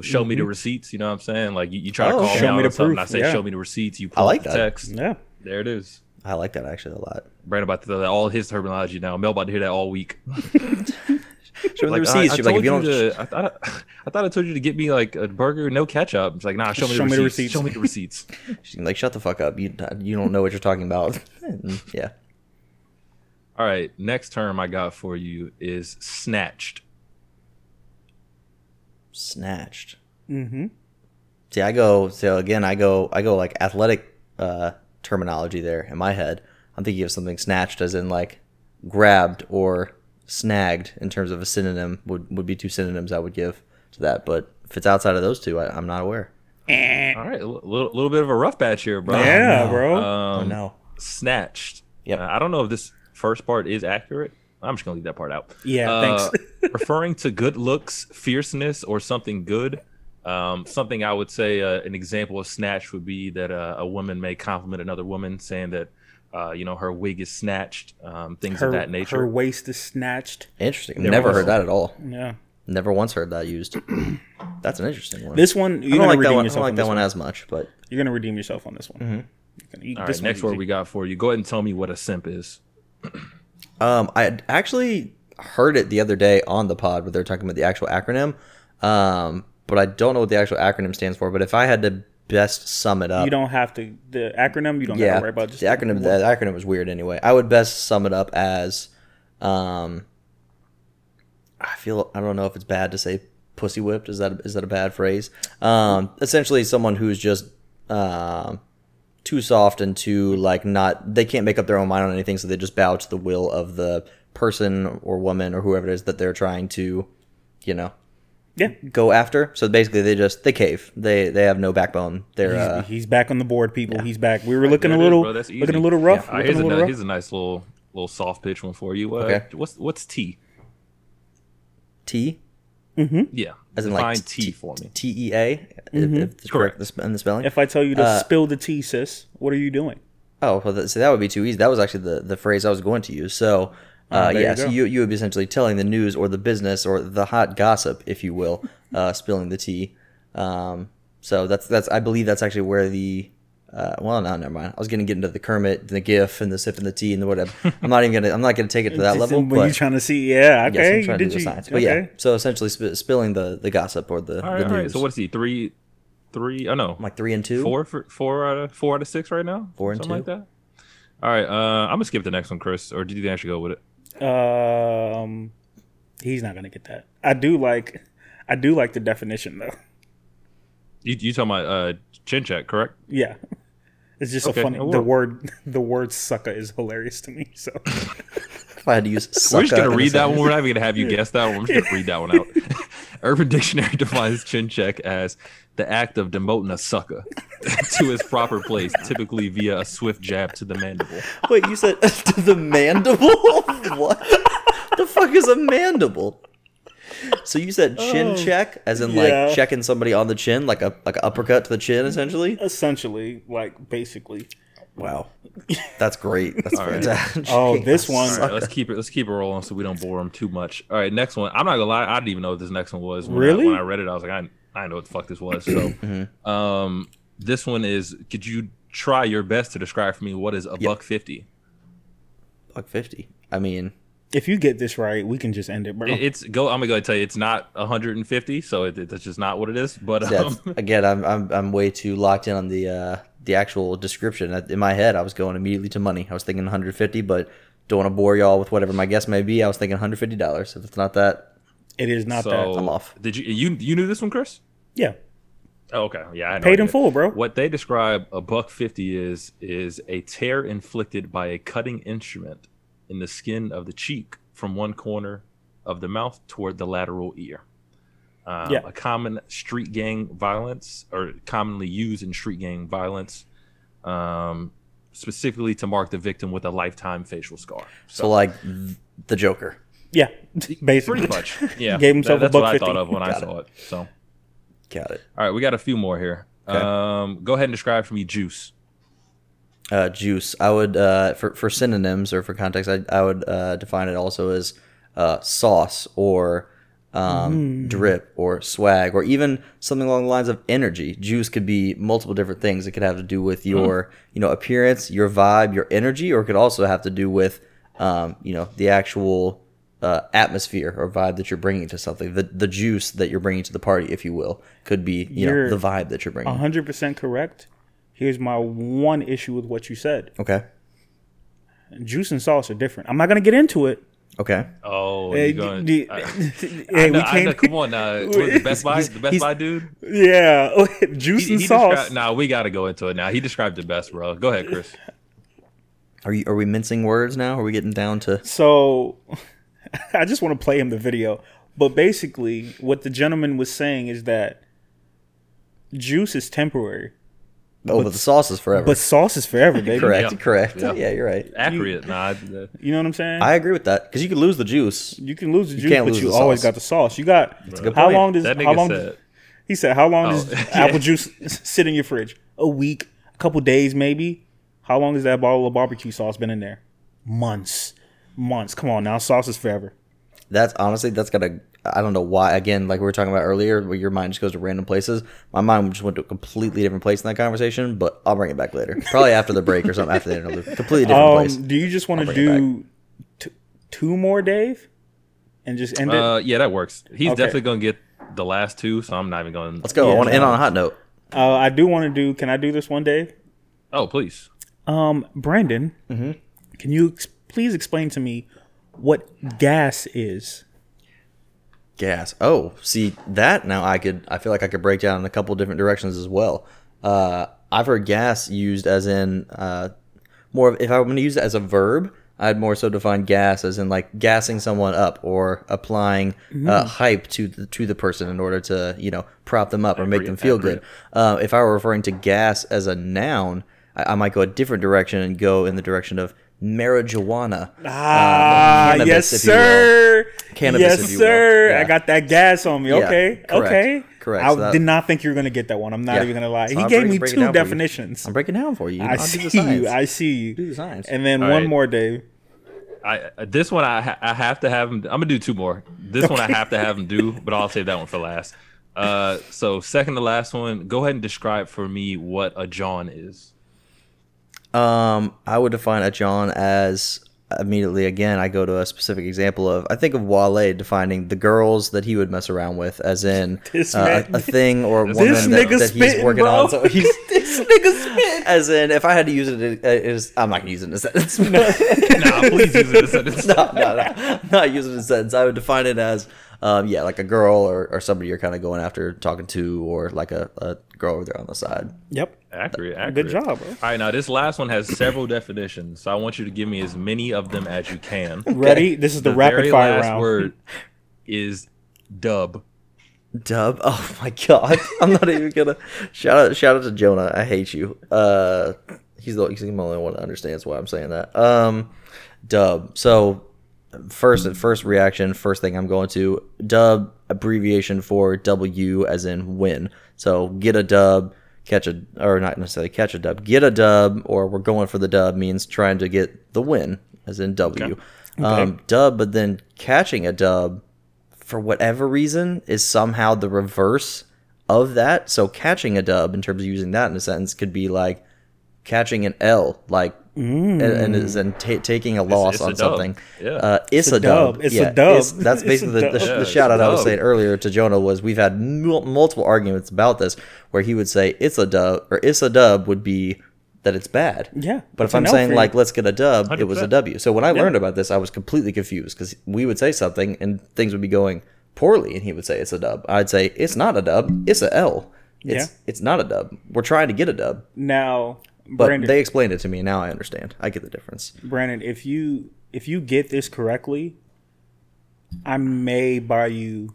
show Mm-hmm. me the receipts. You know what I'm saying? Like you, you try to Oh, call okay. me Show out me the on something. proof, I say yeah. show me the receipts. You pull like up the that. text. yeah. There it is. I like that actually a lot. Brandon about to throw that all his terminology now. Mel about to hear that all week. Show me Like, the receipts. I, She'd I be like, if you don't, told you to- I thought I, I thought I told you to get me like a burger, no ketchup. It's like, nah, show me, Show the, me the receipts. receipts. Show me the receipts. she'd be like, shut the fuck up. You you don't know what you're talking about. And, yeah. All right, next term I got for you is snatched. snatched. Mm-hmm. See, I go so again. I go. I go like athletic uh, terminology there in my head. I'm thinking of something snatched, as in like grabbed or snagged in terms of a synonym would, would be two synonyms I would give to that. But if it's outside of those two, I, I'm not aware. All right, a little, little bit of a rough batch here, bro. Um, yeah, bro. oh, no. snatched. Yep. Uh, I don't know if this first part is accurate. I'm just gonna leave that part out. Yeah, thanks. referring to good looks, fierceness, or something good. Um, something I would say uh, an example of snatch would be that uh, a woman may compliment another woman, saying that uh, you know her wig is snatched, um, things her, of that nature. her waist is snatched. Interesting. There Never was- heard that at all. Yeah. Never once heard that used. That's an interesting one. This one, I don't you're gonna like that redeem one. I yourself don't like on that this one as much, but You're gonna redeem yourself on this one. You're gonna- you- Mm-hmm. All this right, next word easy. we got for you. Go ahead and tell me what a simp is. Um, I had actually heard it the other day on the pod where they were talking about the actual acronym, um, but I don't know what the actual acronym stands for. But if I had to best sum it up, You don't have to. The acronym you don't yeah, gotta worry about. Just the acronym that acronym was weird anyway. I would best sum it up as, um, I feel I don't know if it's bad to say pussy whipped. Is that is that a bad phrase? Um, essentially, someone who's just um too soft and too like not they can't make up their own mind on anything, so they just bow to the will of the person or woman or whoever it is that they're trying to, you know, Yeah. go after. So basically, they just they cave. They they have no backbone. They're uh, He's back on the board, people. He's back. We were looking a There it is, little, bro. That's looking easy. a little rough. Yeah, uh, looking here's, a a, little ni- rough. here's a nice little little soft pitch one for you. Uh, Okay. What's what's T? T Yeah, as in define like T, for me. T E A. Mm-hmm. If, if it's correct. The, sp- in the spelling. If I tell you to Uh, spill the tea, sis, what are you doing? oh, well, that, see, that would be too easy. That was actually the, the phrase I was going to use. So, uh, there yeah, you so go. you, you would be essentially telling the news or the business or the hot gossip, if you will, uh, spilling the tea. Um, so that's that's I believe that's actually where the uh, well, no, never mind. I was going to get into the Kermit, and the GIF, and the sipping the tea, and the whatever. I'm not even gonna. I'm not gonna take it to that Just level. When you But trying to see, yes, yeah, okay, I'm trying to did do the you? science. But okay. yeah, so essentially sp- spilling the, the gossip or the, the All right, all news. right. So what's he? Three, three? Oh no, I'm like three and two. four for four out of four out of six right now. Four and Something two. like that. All right, uh, I'm gonna skip the next one, Chris. Or did you think I should go with it? Um, he's not gonna get that. I do like, I do like the definition though. You you talking about uh, chin check, correct? Yeah, it's just Okay, so funny. I will. The word, the word "sucker" is hilarious to me. So If I had to use, We're just sucka in gonna a read that sentence. one. We're not even gonna have you guess that one. I'm just gonna read that one out. Urban Dictionary defines chin check as the act of demoting a sucker to his proper place, typically via a swift jab to the mandible. Wait, you said to the mandible? what? The fuck is a mandible? So you said chin Oh, check, as in yeah. like checking somebody on the chin, like a like an uppercut to the chin, essentially. essentially, like basically. Wow, that's great. That's fantastic. Oh, this one. All right, let's keep it. Let's keep it rolling so we don't bore them too much. All right, next one. I'm not gonna lie. I didn't even know what this next one was. When Really? I, when I read it, I was like, I, I didn't know what the fuck this was. So, um, this one is. Could you try your best to describe for me what is a buck fifty? Buck fifty. I mean, If you get this right, we can just end it, bro. It- It's go. I'm gonna go tell you, it's not 150. So it, that's just not what it is. But that's, um, again, I'm, I'm I'm way too locked in on the uh, the actual description. In my head, I was going immediately to money. I was thinking 150, but don't want to bore y'all with whatever my guess may be. I was thinking 150 dollars. If it's not that, it is not so that. I'm off. Did you you you knew this one, Chris? Yeah, Oh, okay. Yeah, I had no paid in idea. full, bro. What they describe a buck fifty is is a tear inflicted by a cutting instrument in the skin of the cheek from one corner of the mouth toward the lateral ear. Um, Yeah. A common street gang violence, or commonly used in street gang violence, um, specifically to mark the victim with a lifetime facial scar. So like th- the Joker. Yeah, Pretty basically. much, yeah. Gave himself a that's buck what 50. I thought of when I Got it. saw it. So, all Got it. right, we got a few more here. Um, go ahead and describe for me juice. uh, juice. I would uh, for for synonyms or for context, I I would uh, define it also as uh, sauce or um, drip or swag or even something along the lines of energy. Juice could be multiple different things. It could have to do with your you know appearance, your vibe, your energy, or it could also have to do with um, you know the actual uh, atmosphere or vibe that you're bringing to something. The the juice that you're bringing to the party, if you will, could be you You're- know the vibe that you're bringing. 100% correct. Here's my one issue with what you said. Okay. Juice and sauce are different. I'm not going to get into it. Okay. Oh, Hey, you going? d- d- I- yeah, I know- we I know, can't. come on, uh, what is the Best Buy, the Best he's- Buy dude. Yeah, juice He, and he sauce. described. Nah, we got to go into it now. He described it best, bro. Go ahead, Chris. Are you? Are we mincing words now? Are we getting down to? So I just want to play him the video. But basically, what the gentleman was saying is that juice is temporary, Oh, but, the sauce is forever. but sauce is forever, baby. correct, Yeah. correct. Yeah. Yeah. you're right. Accurate. Nah, I- uh, You know what I'm saying? I agree with that because you could lose the juice. you can lose the juice, can't but lose you the always sauce. got the sauce. You got good how point. long does that how long nigga said. he said how long does Oh, yeah. apple juice sit in your fridge? A week, a couple days, maybe. How long has that bottle of barbecue sauce been in there? Months, months. Come on now, sauce is forever. That's honestly that's gotta. I don't know why. Again, like we were talking about earlier, where your mind just goes to random places. My mind just went to a completely different place in that conversation, but I'll bring it back later. Probably after the break or something. After the interlude, completely different place. Um, do you just want to bring it do t- two more, Dave, and just end it? Uh, yeah, that works. He's Okay. definitely gonna get the last two, so I'm not even going. Let's go. Yeah, I want to end no. on a hot note. Uh, I do want to do. Can I do this one, Dave? Oh, please. Um, Brandon, Mm-hmm. can you ex- please explain to me what gas is? Gas. Oh, see that now I could. I feel like I could break down in a couple different directions as well. Uh, I've heard gas used as in uh, more of if I'm going to use it as a verb, I'd more so define gas as in like gassing someone up or applying Mm. uh, hype to the, to the person in order to you know prop them up or make them feel good. Uh, if I were referring to gas as a noun, I, I might go a different direction and go in the direction of marijuana. Uh, Ah, cannabis, yes, if you will. sir. Cannabis, yes, if you will. sir. I Yeah. got that gas on me. Yeah, Okay, correct, okay. correct. I So that- did not think you were gonna get that one. I'm not Yeah. even gonna lie. So he I'll gave break- me break it two down for you. definitions. I'm breaking down for you. I I'll do the see you. science. I see you. the science. And then All one right. more, Dave. I uh, this one I ha- I have to have him. I'm gonna do two more. This one I have to have him do, but I'll save that one for last. Uh, so second to last one. Go ahead and describe for me what a John is. Um, I would define a John as immediately again. I go to a specific example of I think of Wale defining the girls that he would mess around with, as in This uh, man- a, a thing or woman this that, nigga that he's spitting, working bro. on. So he's this nigga spit. As in, if I had to use it, it is I'm not gonna use it in a sentence. Nah, please use it in a sentence. no, no, no. Not using it in a sentence. I would define it as, um, yeah, like a girl or, or somebody you're kind of going after, talking to, or like a, a girl over there on the side. Yep. Accurate, accurate. Good job, bro. All right, now this last one has several definitions, so I want you to give me as many of them as you can. Ready? This is the, rapid very fire last round. word is dub. Dub. Oh my god. I'm not even gonna shout out shout out to Jonah. I hate you. Uh he's the he's the only one that understands why I'm saying that. Um Dub. So first first reaction, first thing I'm going to dub abbreviation for W as in win. So get a dub, catch a or not necessarily catch a dub, get a dub or we're going for the dub means trying to get the win as in W. Um dub but then catching a dub for whatever reason, is somehow the reverse of that. So catching a dub in terms of using that in a sentence could be like catching an L, like and, and is and ta taking a loss it's on a dub. something. Yeah. Uh, it's, a dub. dub. It's a dub. that's It's a basically the, the, dub. the Yeah, shout out it's a I was dub. saying earlier to Jonah was we've had mul- multiple arguments about this where he would say it's a dub or it's a dub would be that it's bad. Yeah, But if it's an I'm L for saying you. like let's get a dub, it was a 100%. W. So when I learned about this, I was completely confused because we would say something and things would be going poorly, and he would say it's a dub. I'd say it's not a dub, it's a L. It's Yeah. it's not a dub. We're trying to get a dub, Now, but Brandon. they explained it to me, and now I understand. I get the difference. Brandon, if you if you get this correctly, I may buy you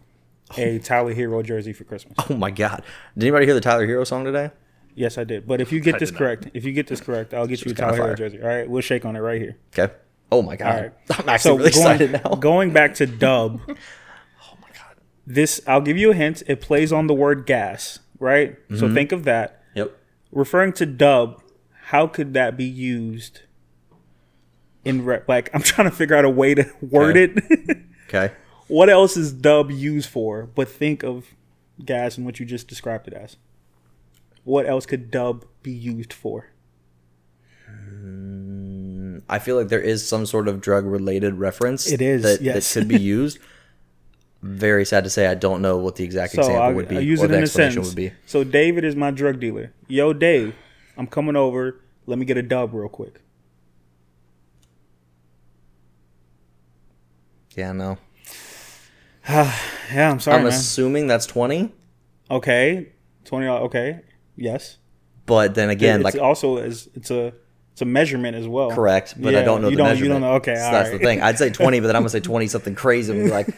a Tyler Hero jersey for Christmas. Oh my god! Did anybody hear the Tyler Hero song today? Yes, I did. But if you get I this did not. correct, if you get this correct, I'll get you a kinda Tyler Hero fire. jersey. All right, we'll shake on it right here. Okay. Oh my All god! right, I'm actually really going, excited now. Going back to dub. oh my god! This I'll give you a hint. It plays on the word gas, right? Mm-hmm. So think of that. Yep. referring to dub, how could that be used in re- like I'm trying to figure out a way to word Okay. it. Okay. what else is dub used for? But think of gas and what you just described it as. What else could dub be used for? I feel like there is some sort of drug related reference. It is, that, yes. that could be used. Very sad to say, I don't know what the exact So example I'll, would be, I'll use or it the in a explanation sentence. would be. So David is my drug dealer. Yo, Dave, I'm coming over. Let me get a dub real quick. Yeah, no. Yeah, I'm sorry, I'm man. assuming that's twenty, okay, twenty. dollars Okay, yes. but then again, it's like also is it's a It's a measurement as well. correct, but I Yeah, don't know the you don't, measurement. You don't know. Okay, So all that's right. the thing. I'd say twenty, but then I'm gonna say twenty something crazy and be like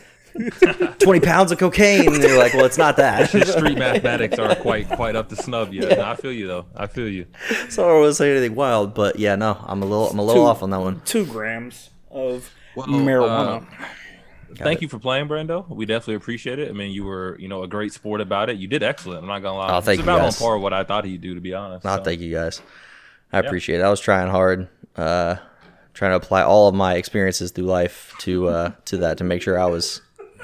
twenty pounds of cocaine. And you're like, well, it's not that. The street mathematics aren't quite quite up to snub yet. No, I feel you though. I feel you. so I won't say anything wild, but yeah, no, I'm a little, I'm a little Two. off on that one. Two grams of Well, marijuana. uh, Thank it. you for playing, Brando. We definitely appreciate it. I mean, you were, you know, a great sport about it. You did excellent. I'm not gonna lie. Oh, thank it's you, about guys. on par with what I thought he'd do, to be honest. No, so. Oh, thank you guys. I appreciate it. I was trying hard, uh, trying to apply all of my experiences through life to uh, to that to make sure I was.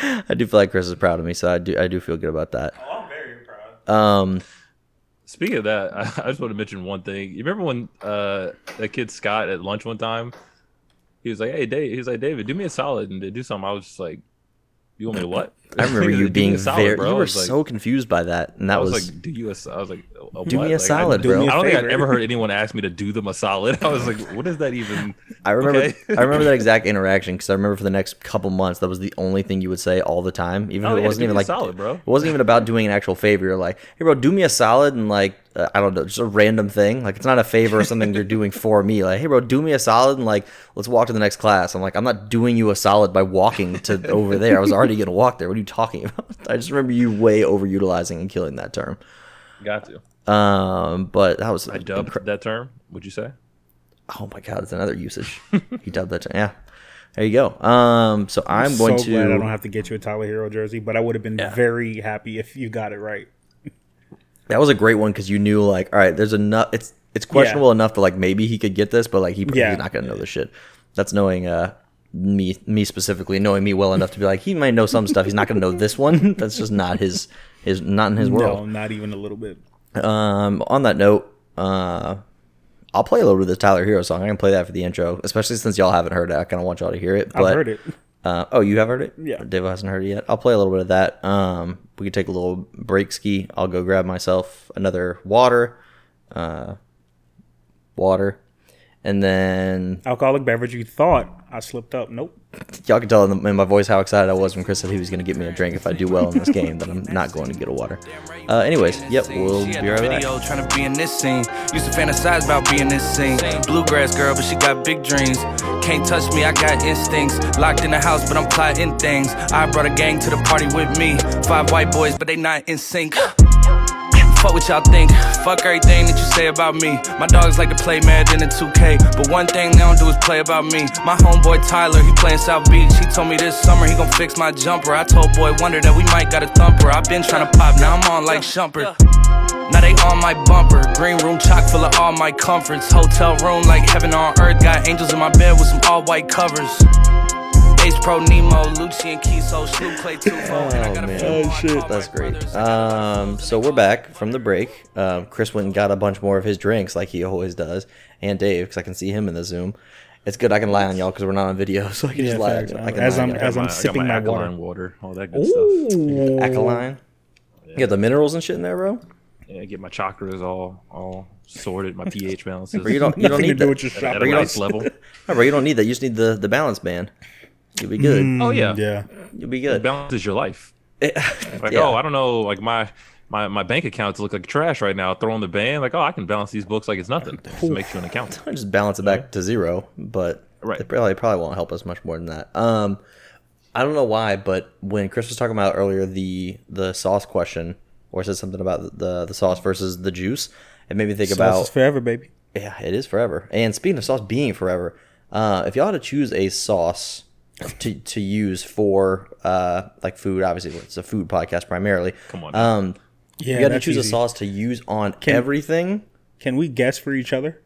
I do feel like Chris is proud of me, so I do I do feel good about that. Oh, I'm very proud. Um, Speaking of that, I, I just want to mention one thing. You remember when uh, that kid Scott at lunch one time, he was like, "Hey, Dave," he was like, "David, do me a solid and do something." I was just like, "You want me to what?" I remember He was you like, "Do me being a solid, very. bro." I You were was like- so confused by that, and that I was, was, like, "Do you a?" so- I was like, a, Do what?" me a Like, solid, I, bro. Do me a I don't think I've favor. ever heard anyone ask me to do them a solid. I was like, "What is that even?" I remember. okay. I remember that exact interaction because I remember for the next couple months that was the only thing you would say all the time, even Oh, if it yeah, wasn't do even me a like solid, bro. It wasn't even about doing an actual favor. You're like, hey, bro, do me a solid and like uh, I don't know, just a random thing. Like it's not a favor or something you're doing for me. Like, hey, bro, do me a solid and like let's walk to the next class. I'm like, I'm not doing you a solid by walking to over there. I was already gonna walk there. What are you talking about? I just remember you way overutilizing and killing that term. Got to. Um, but that was I dubbed that term. Would you say? oh my god, it's another usage. he dubbed that. Yeah, there you go. Um, so I'm, I'm going so to. glad I don't have to get you a Tyler Hero jersey, but I would have been very happy if you got it right. that was a great one because you knew like, all right, there's enough. It's it's questionable enough that like maybe he could get this, but like he probably Yeah. he's not gonna know this shit. That's knowing uh me me specifically knowing me well enough to be like he might know some stuff. He's not gonna know this one. That's just not his his not in his No, world. not even a little bit. Um, on that note, uh. I'll play a little bit of the Tyler Hero song. I can play that for the intro, especially since y'all haven't heard it. I kind of want y'all to hear it. But I've heard it. Uh, oh, you have heard it? Yeah. Dave hasn't heard it yet. I'll play a little bit of that. Um, we can take a little break ski. I'll go grab myself another water, uh, water, and then Alcoholic beverage. You thought I slipped up. Nope. y'all can tell in, the, in my voice how excited I was when Chris said he was going to get me a drink if I do well in this game. That I'm not going to get a water. Uh, anyways, yep, we'll she had be a right back. video trying to be in this scene. Used to fantasize about being this scene. Bluegrass girl, but she got big dreams. Can't touch me, I got instincts. Locked in the house, but I'm plotting things. I brought a gang to the party with me. Five white boys, but they not in sync. Fuck what y'all think. Fuck everything that you say about me. My dogs like to play Madden and 2K. But one thing they don't do is play about me. My homeboy Tyler, he playing South Beach. He told me this summer he gon' fix my jumper. I told Boy Wonder that we might got a thumper. i been tryna pop, now I'm on like Shumper. Now they on my bumper. Green room chock full of all my comforts. Hotel room like heaven on earth. Got angels in my bed with some all white covers. Ace Pro Nemo, Lucian Kiso, Snoop Clay Tufo. and I got a man. few Oh, more. I call my That's great. brothers. I got a Um, so we're back from the break. Um, Chris went and got a bunch more of his drinks, like he always does, and Dave, because I can see him in the Zoom. It's good I can lie on y'all because we're not on video, so I can Yeah, just lie. facts. I can As lie I'm- on y'all. as I'm I got sipping my water. alkaline water, all that good stuff. Alkaline. You got the minerals and shit in there, bro. Yeah, get my chakras all all sorted, my pH balances Or you don't. You don't Nothing to need do that. with your at shop. a you nice don't- level. Mm-hmm. No, bro, you don't need that. You just need the the balance band. You'll be good. Mm. Oh yeah, Yeah. You'll be good. Eh, balance is your life. Like Yeah. oh, I don't know, like my my my bank accounts look like trash right now. Throw in the ban, like oh, I can balance these books like it's nothing. Just makes you an accountant. just balance it back to zero, but Right. it probably probably won't help us much more than that. Um, I don't know why, but when Chris was talking about earlier the the sauce question, or said something about the the sauce versus the juice, it made me think About about forever, baby. yeah, it is forever. And speaking of sauce being forever, uh, if y'all had to choose a sauce to to use for uh like food, obviously it's a food podcast primarily. Come on, Um, Yeah. you got to that's choose a easy. sauce to use on everything. Can we guess for each other?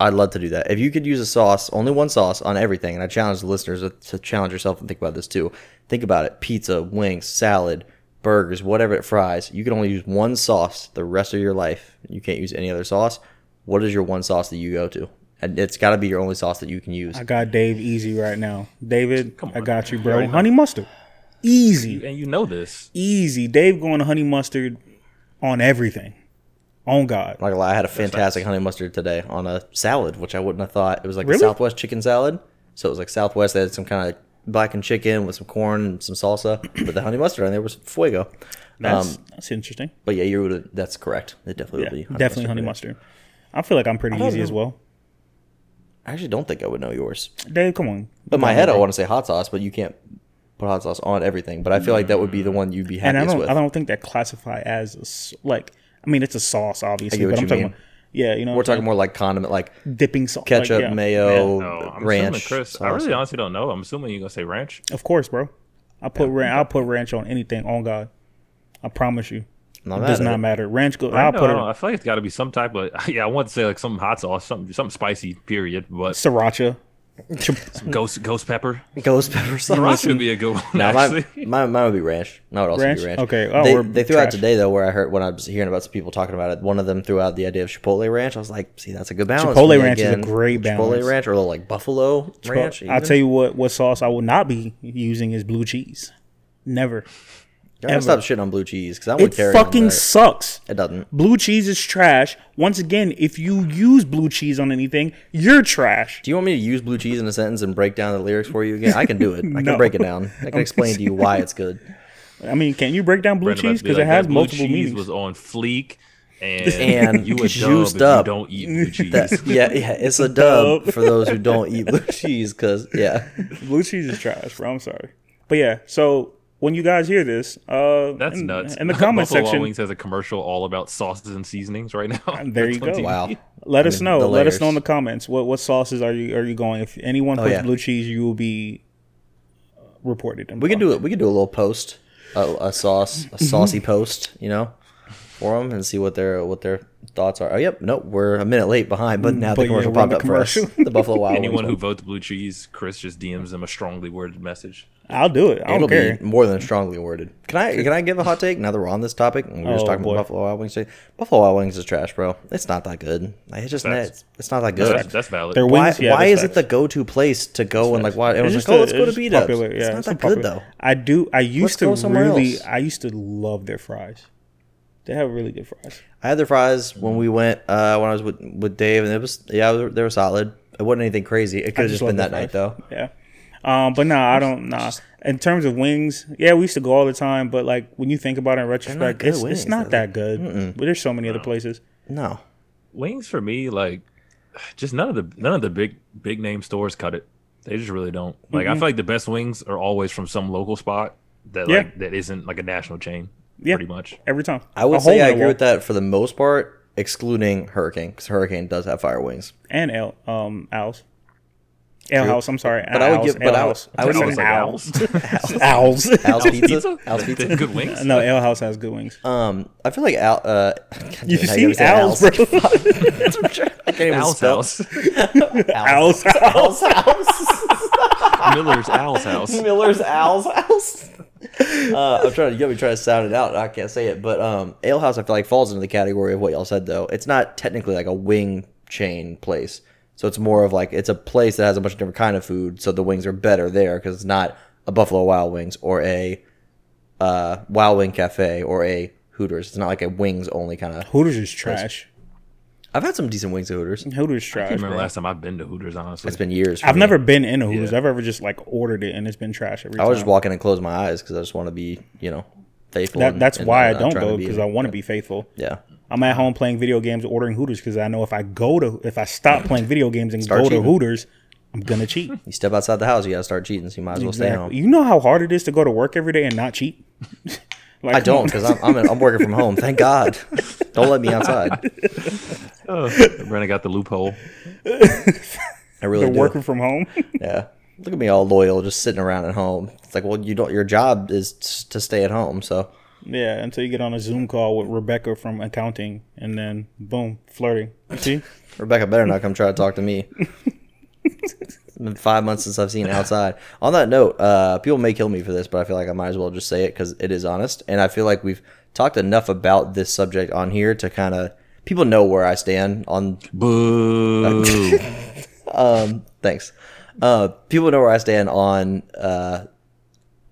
I'd love to do that. If you could use a sauce, only one sauce on everything, and I challenge the listeners to challenge yourself and think about this too. Think about it: pizza, wings, salad, burgers, whatever, fries. You can only use one sauce the rest of your life. You can't use any other sauce. What is your one sauce that you go to? And it's got to be your only sauce that you can use. I got Dave easy right now. David, Come I on. got you, You bro. already know. Honey mustard. Easy. and you know this. Easy. Dave going honey mustard on everything. On God. I'm not gonna lie, I had a fantastic honey mustard today on a salad, which I wouldn't have thought. It was like a Really? Southwest chicken salad. So it was like Southwest. They had some kind of blackened chicken with some corn and some salsa, but the honey mustard on there was fuego. Um, That's, that's interesting. But yeah, you would. That's correct. It definitely Yeah, would be definitely honey mustard. I feel like I'm pretty don't easy know. as well. I actually don't think I would know yours. Dave, come on. But in my head, I want to say hot sauce, but you can't put hot sauce on everything. But I feel like that would be the one you'd be and I happiest don't, with. I don't think that classify as a s like. I mean, it's a sauce, obviously, get what but I'm you talking. mean. About, yeah, you know, We're talking more like condiment, like dipping sauce, ketchup, yeah. mayo, uh, No, I'm assuming Oh, ranch. Chris. I sauce. really honestly don't know. I'm assuming you're gonna say ranch. Of course, bro. I put ranch. I'll put ranch on anything. On God, I promise you. Not It mad does at not it. matter. Ranch go. I'll No, put I, don't know. it I feel like it's got to be some type of yeah. I want to say like some hot sauce, something something spicy. Period. But sriracha. ghost ghost pepper. Ghost pepper sauce. Sriracha would be a good one. No, actually, mine, mine, mine would be ranch. Mine would also Ranch? be ranch. Okay. Oh, they, we're they threw out trash. today though, where I heard when I was hearing about some people talking about it. One of them threw out the idea of Chipotle ranch. I was like, see, that's a good balance. Chipotle And then ranch is a great balance. Chipotle ranch or a little like buffalo ranch. I'll tell you what. What sauce I will not be using is blue cheese. Never. I stop shitting on blue cheese because I would It carry fucking on that. sucks. It doesn't. Blue cheese is trash. Once again, if you use blue cheese on anything, you're trash. Do you want me to use blue cheese in a sentence and break down the lyrics for you again? I can do it. I can No. break it down. I can explain to you why it's good. I mean, can you break down blue Brandon about cheese to be because like, it that has blue multiple cheese meanings? Was on fleek, and, And you a dub juiced if up. You don't eat blue cheese. That- yeah, yeah, it's a dub for those who don't eat blue cheese. Because yeah, blue cheese is trash, bro. I'm sorry, but yeah. So when you guys hear this, uh, That's in, nuts. In the comment Buffalo Wild section, Wings has a commercial all about sauces and seasonings right now. there you That's on go. TV. wow. let I us mean, know. the Let us know in layers. the comments what what sauces are you are you going? If anyone Oh, puts yeah. blue cheese, you will be uh, reported. We can do it. We can do a little post, a, a sauce, Mm-hmm. a saucy post, you know, for them and see what their what their thoughts are. Oh, yep. Nope. We're a minute late behind, but now Mm, But the yeah, commercial we're popped on the up for us. commercial. The Buffalo Wild Anyone who Wings. votes blue cheese, Chris just DMs them a strongly worded message. I'll do it. I It'll don't care. be more than strongly worded. Can I can I give a hot take? Now that we're on this topic, and we were just Oh, talking boy. about Buffalo Wild Wings. today. Buffalo Wild Wings is trash, bro. It's not that good. Like, it's just Facts. it's, it's not that That's, good. that's valid. They're Why, wings, yeah, why that's is it facts. the go to place to go and like why? It was It's like, oh, a- let's go to it's B popular, Dubs. It's yeah, not a that good popular- though. I do. I used Let's go to somewhere really. else. I used to love their fries. They have really good fries. I had their fries when we went uh, when I was with, with Dave, and it was yeah, they were- they were solid. It wasn't anything crazy. It could have just just love been their that night fries. though. Yeah. Um, but nah, I don't nah. In terms of wings, yeah, we used to go all the time. But like when you think about it in retrospect, good it's, wings, it's though. not that good. But there's so many other places. No, Wings for me, like just none of the none of the big big name stores cut it. They just really don't. Like I feel like the best wings are always from some local spot that Yeah. like that isn't like a national chain. Yeah. Pretty much. Every time I would say I agree with that for the most part, excluding Hurricane because Hurricane does have fire wings. And L um owls, ale house. I'm sorry, But I would give- but I would- I would I Listen, was give like, owls. owls. Owls. Al's Pizza, Pizza? Al's Pizza. Good wings. no, ale house has good wings. Um, I feel like Al. Uh, God you damn, how gonna see say owls, bro. I can't even Owl's spell house. Owls. Al's house. Miller's Owl's house. Miller's Al's house. Uh, I'm trying to you got me trying to sound it out. and I can't say it, but um, Ale House I feel like falls into the category of what y'all said though. It's not technically like a wing chain place, so it's more of like it's a place that has a bunch of different kind of food. So the wings are better there because it's not a Buffalo Wild Wings or a uh, Wild Wing Cafe or a Hooters. It's not like a wings only kind of. Hooters is trash. I've had some decent wings at Hooters. Hooters is I trash. remember bro. last time I've been to Hooters, honestly. It's been years. for I've me. never been in a Hooters. Yeah. I've ever just like ordered it and it's been trash every I time. was just walking and closed my eyes because I just want to be, you know, faithful. That, and- that's and why I not don't trying go be- because I want to be faithful. Yeah. I'm at home playing video games, ordering Hooters because I know if I go to, if I stop playing video games and Start go cheating. to Hooters, I'm gonna cheat. You step outside the house, you gotta start cheating. So you might as well stay exactly. home. You know how hard it is to go to work every day and not cheat. like, I come don't on. because I'm I'm, I'm working from home. Thank God. Don't let me outside. Brandon got the loophole. I really They're do. working from home. Yeah. Look at me all loyal, just sitting around at home. It's like, well, you don't. Your job is t- to stay at home. So yeah, until you get on a Zoom call with Rebecca from accounting, and then boom, flirting. See, Rebecca better not come try to talk to me. It's been five months since I've seen outside. On that note, uh, people may kill me for this, but I feel like I might as well just say it because it is honest. And I feel like we've talked enough about this subject on here to kind of people know where I stand on Um, Boo. Thanks. Uh, people know where I stand on uh,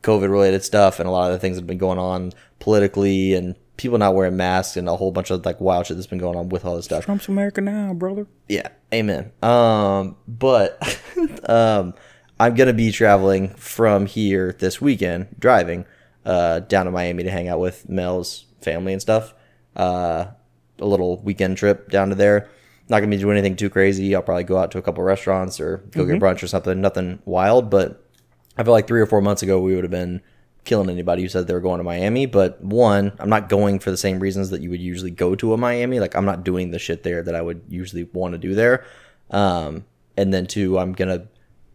COVID related stuff and a lot of the things that have been going on politically and people not wearing masks and a whole bunch of like wild shit that's been going on with all this stuff. Trump's America now, brother. Yeah. Amen. Um, but um, I'm going to be traveling from here this weekend, driving uh, down to Miami to hang out with Mel's family and stuff. Uh, a little weekend trip down to there. Not gonna be doing anything too crazy. I'll probably go out to a couple restaurants or go get brunch or something. Nothing wild, but I feel like three or four months ago we would have been killing anybody who said they were going to Miami. But one, I'm not going for the same reasons that you would usually go to a Miami. Like I'm not doing the shit there that I would usually want to do there. Um, and then two, I'm gonna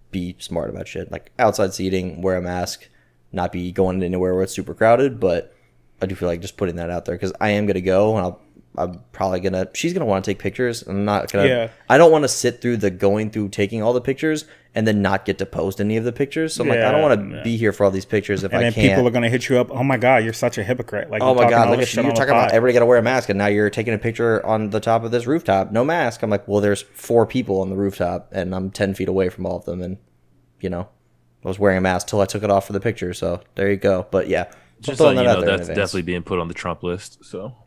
be smart about shit. Like outside seating, wear a mask, not be going anywhere where it's super crowded. But I do feel like just putting that out there because I am gonna go and I'll. I'm probably gonna. She's gonna want to take pictures. I'm not gonna. Yeah. I don't want to sit through the going through taking all the pictures and then not get to post any of the pictures. So I'm like, I don't Yeah, want to be here for all these pictures if and I then can't. people are going to hit you up. Oh my god, you're such a hypocrite! Like, Oh you're my talking god! all Look at this shit you. You're on the talking about pod. everybody got to wear a mask, and now you're taking a picture on the top of this rooftop. No mask. I'm like, well, there's four people on the rooftop, and I'm ten feet away from all of them, and you know, I was wearing a mask till I took it off for the picture. So there you go. But yeah, Just so throwing you that out know, there in that's advance. definitely being put on the Trump list. So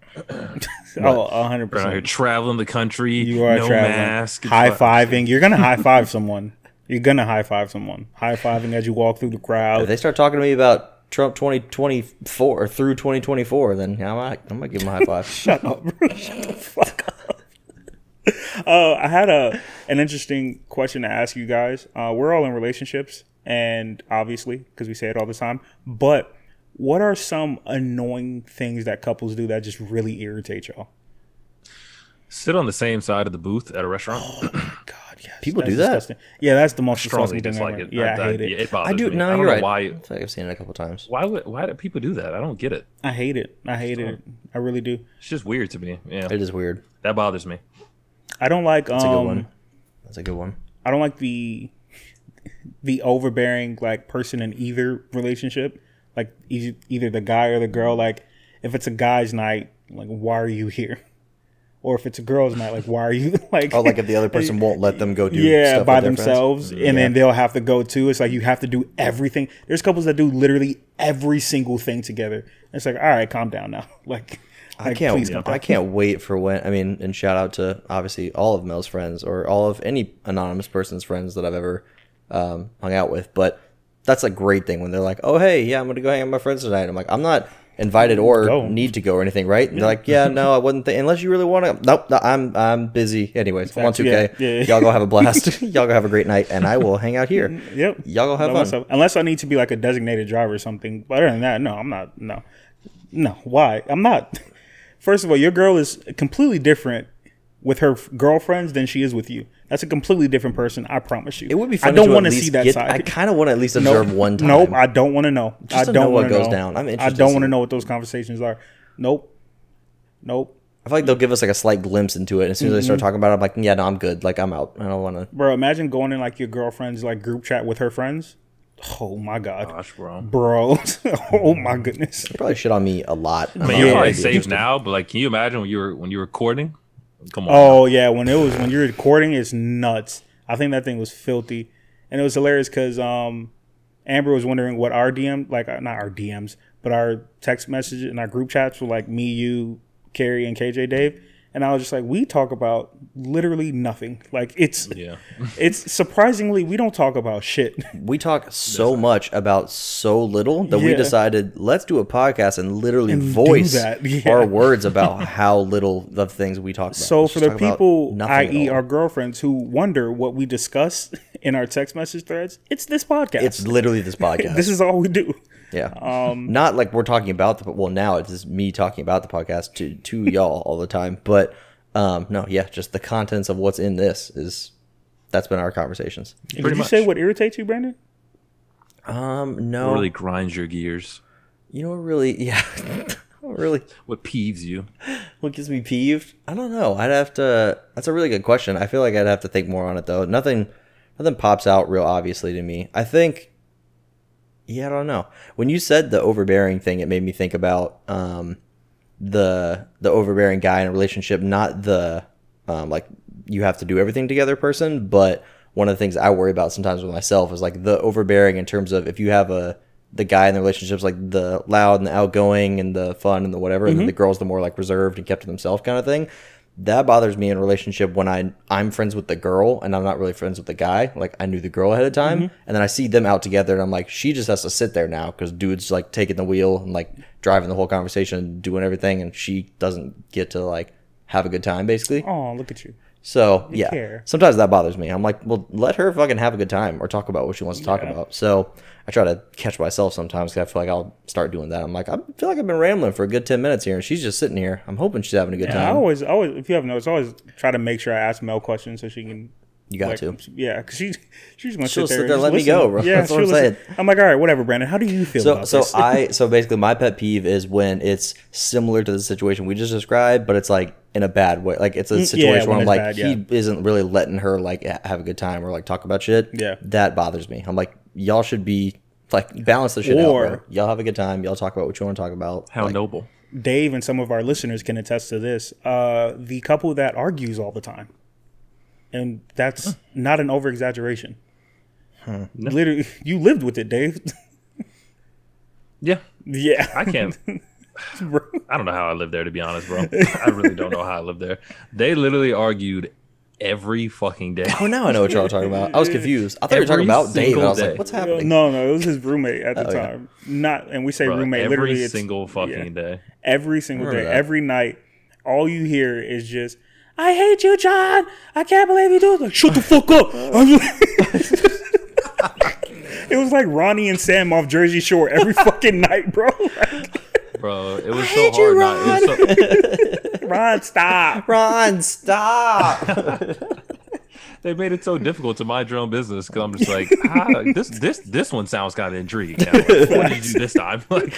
Oh, 100 we're out here percent. traveling the country, You are no traveling. mask, it's high fun. fiving. You're gonna high five someone. You're gonna high five someone. High fiving as you walk through the If crowd. they start talking to me about Trump 2024 or through 2024, then I'm like, I'm gonna give them a high five. Shut up, bro. Shut the fuck up. Uh, I had a an interesting question to ask you guys. Uh, we're all in relationships, and obviously, because we say it all the time. But what are some annoying things that couples do that just really irritate y'all? Sit on the same side of the booth at a restaurant. God, yes. People That's do that? disgusting. Yeah, that's the most strongly disgusting thing dislike ever. it. Yeah, I, hate it. yeah, bothers I do. me. No, I don't you're know right. Why? I feel like I've seen it a couple times. Why would? Why do people do that? I don't get it. I hate it. I hate it. I really do. It's just weird to me. Yeah, It is weird. that bothers me. I don't like um That's a good one. That's a good one. I don't like the the overbearing like person in either relationship, like e- either the guy or the girl. Like if it's a guy's night, like why are you here? Or if it's a girl's night, like why are you like? Oh, like if the other person won't let them go do yeah stuff by with their friends? Mm-hmm. themselves, and then Yeah. they'll have to go too. It's like you have to do everything. There's couples that do literally every single thing together. It's like all right, calm down now. Like I like, can't. please calm down. I can't wait for when. I mean, and shout out to obviously all of Mel's friends or all of any anonymous person's friends that I've ever um, hung out with. But that's a great thing when they're like, "Oh, hey, yeah, I'm gonna go hang out with my friends tonight." I'm like, I'm not invited or Go. need to go or anything, right? And they're like, "Yeah, no, I wasn't. Th- unless you really want to." Nope, no, I'm I'm busy. Anyways, I'm on 2K. yeah, yeah. Y'all go have a blast. Y'all go have a great night, and I will hang out here. Yep. Y'all go have By fun. myself. Unless I need to be like a designated driver or something. But other than that, no, I'm not. No, no. Why? I'm not. First of all, your girl is completely different with her f- girlfriends than she is with you. That's a completely different person. I promise you. It would be. I Fun don't to at want to least see that get- side. I kind of want to at least observe one time. Nope. I don't want to know. Just I to don't know what wanna goes know. down. I'm I interested to don't want see. to know what those conversations are. Nope. Nope. I feel like they'll give us like a slight glimpse into it. And as soon as they start Mm-hmm. talking about it, I'm like, yeah, no, I'm good. Like, I'm out. I don't want to. Bro, imagine going in like your girlfriend's like group chat with her friends. Oh my god. Gosh, bro. Bro. oh my goodness. Probably shit on me a lot. Um, I I'm not mean, you're Yeah, gonna probably be safe interested. now, but like, can you imagine when you were when you were recording? Come on. Oh yeah, when it was when you're recording, it's nuts. I think that thing was filthy, and it was hilarious because um, Amber was wondering what our DM, like uh, not our DMs, but our text messages and our group chats were like me, you, Carrie, and KJ, Dave, and I was just like, we talk about literally nothing. Like it's Yeah. it's surprisingly we don't talk about shit. We talk so much about so little that we Yeah. decided let's do a podcast and literally do voice that, yeah. our words about how little of things we talk about. So Let's for just the talk about people, E, nothing at i.e., all. our girlfriends who wonder what we discuss in our text message threads, it's this podcast. it's literally this podcast. this um, is all we do. Yeah. Not like we're talking about the well now it's just me talking about the podcast to to y'all all the time, but um no, yeah, just the contents of what's in this is that's been our conversations. Did you much. say what irritates you, Brandon? Um no. What really grinds your gears. You know what really yeah. what really What peeves you? what gets me peeved? I don't know. I'd have to that's a really good question. I feel like I'd have to think more on it though. Nothing nothing pops out real obviously to me. I think yeah, I don't know. When you said the overbearing thing, it made me think about um the the overbearing guy in a relationship, not the um, like you have to do everything together person. But one of the things I worry about sometimes with myself is like the overbearing in terms of if you have a the guy in the relationships like the loud and the outgoing and the fun and the whatever, and then the girl's the more like reserved and kept to themselves kind of thing. That bothers me in a relationship when I I'm friends with the girl and I'm not really friends with the guy. Like I knew the girl ahead of time, Mm-hmm. and then I see them out together, and I'm like, she just has to sit there now because dude's like taking the wheel and like driving the whole conversation, doing everything, and she doesn't get to like have a good time basically. Oh, look at you. So yeah, care. sometimes that bothers me. I'm like, well, let her fucking have a good time or talk about what she wants to talk about. So I try to catch myself sometimes because I feel like I'll start doing that. I'm like, I feel like I've been rambling for a good ten minutes here, and she's just sitting here. I'm hoping she's having a good I time. always, always, if you haven't noticed, I always try to make sure I ask Mel questions so she can. You got to. Yeah, because she's she's gonna She'll sit there. sit there, and let me listen. go, bro. Yeah, That's what she'll I'm listen. saying. I'm like, all right, whatever, Brandon. How do you feel So about so this? I so basically my pet peeve is when it's similar to the situation we just described, but it's like in a bad way. Like it's a situation Mm, when where I'm it's like bad, he yeah. isn't really letting her like ha- have a good time or like talk about shit. Yeah. that bothers me. I'm like y'all should be like balance the shit out. Bro. Or- Y'all have a good time. Y'all talk about what you want to talk about. How Like, noble. Dave and some of our listeners can attest to this. Uh, the couple that argues all the time, and that's not an over exaggeration. Hmm. Literally, you lived with it, Dave. Yeah, yeah, I can't. bro. I don't know how I lived there to be honest, bro. I really don't know how I lived there. They literally argued every fucking day. Oh, now I know what y'all are talking about. I was confused. I thought you were Every talking about Dave. and I was single like, day. what's happening? No, no, it was his roommate at the Oh, yeah. time. Not, and we say bro. roommate every literally. It's, single fucking day. every single day, Remember that. every night. All you hear is just, "I hate you, John. I can't believe you do." it." Like, shut the fuck up. I'm like- it was like Ronnie and Sam off Jersey Shore every fucking night, bro. Like, Bro, it was so hate hard. you, not, it was so, Ron, stop. Ron, stop. they made it so difficult to mind your own business because I'm just like, ah, this this this one sounds kind of intriguing. Now. Like, what did you do this time? Like,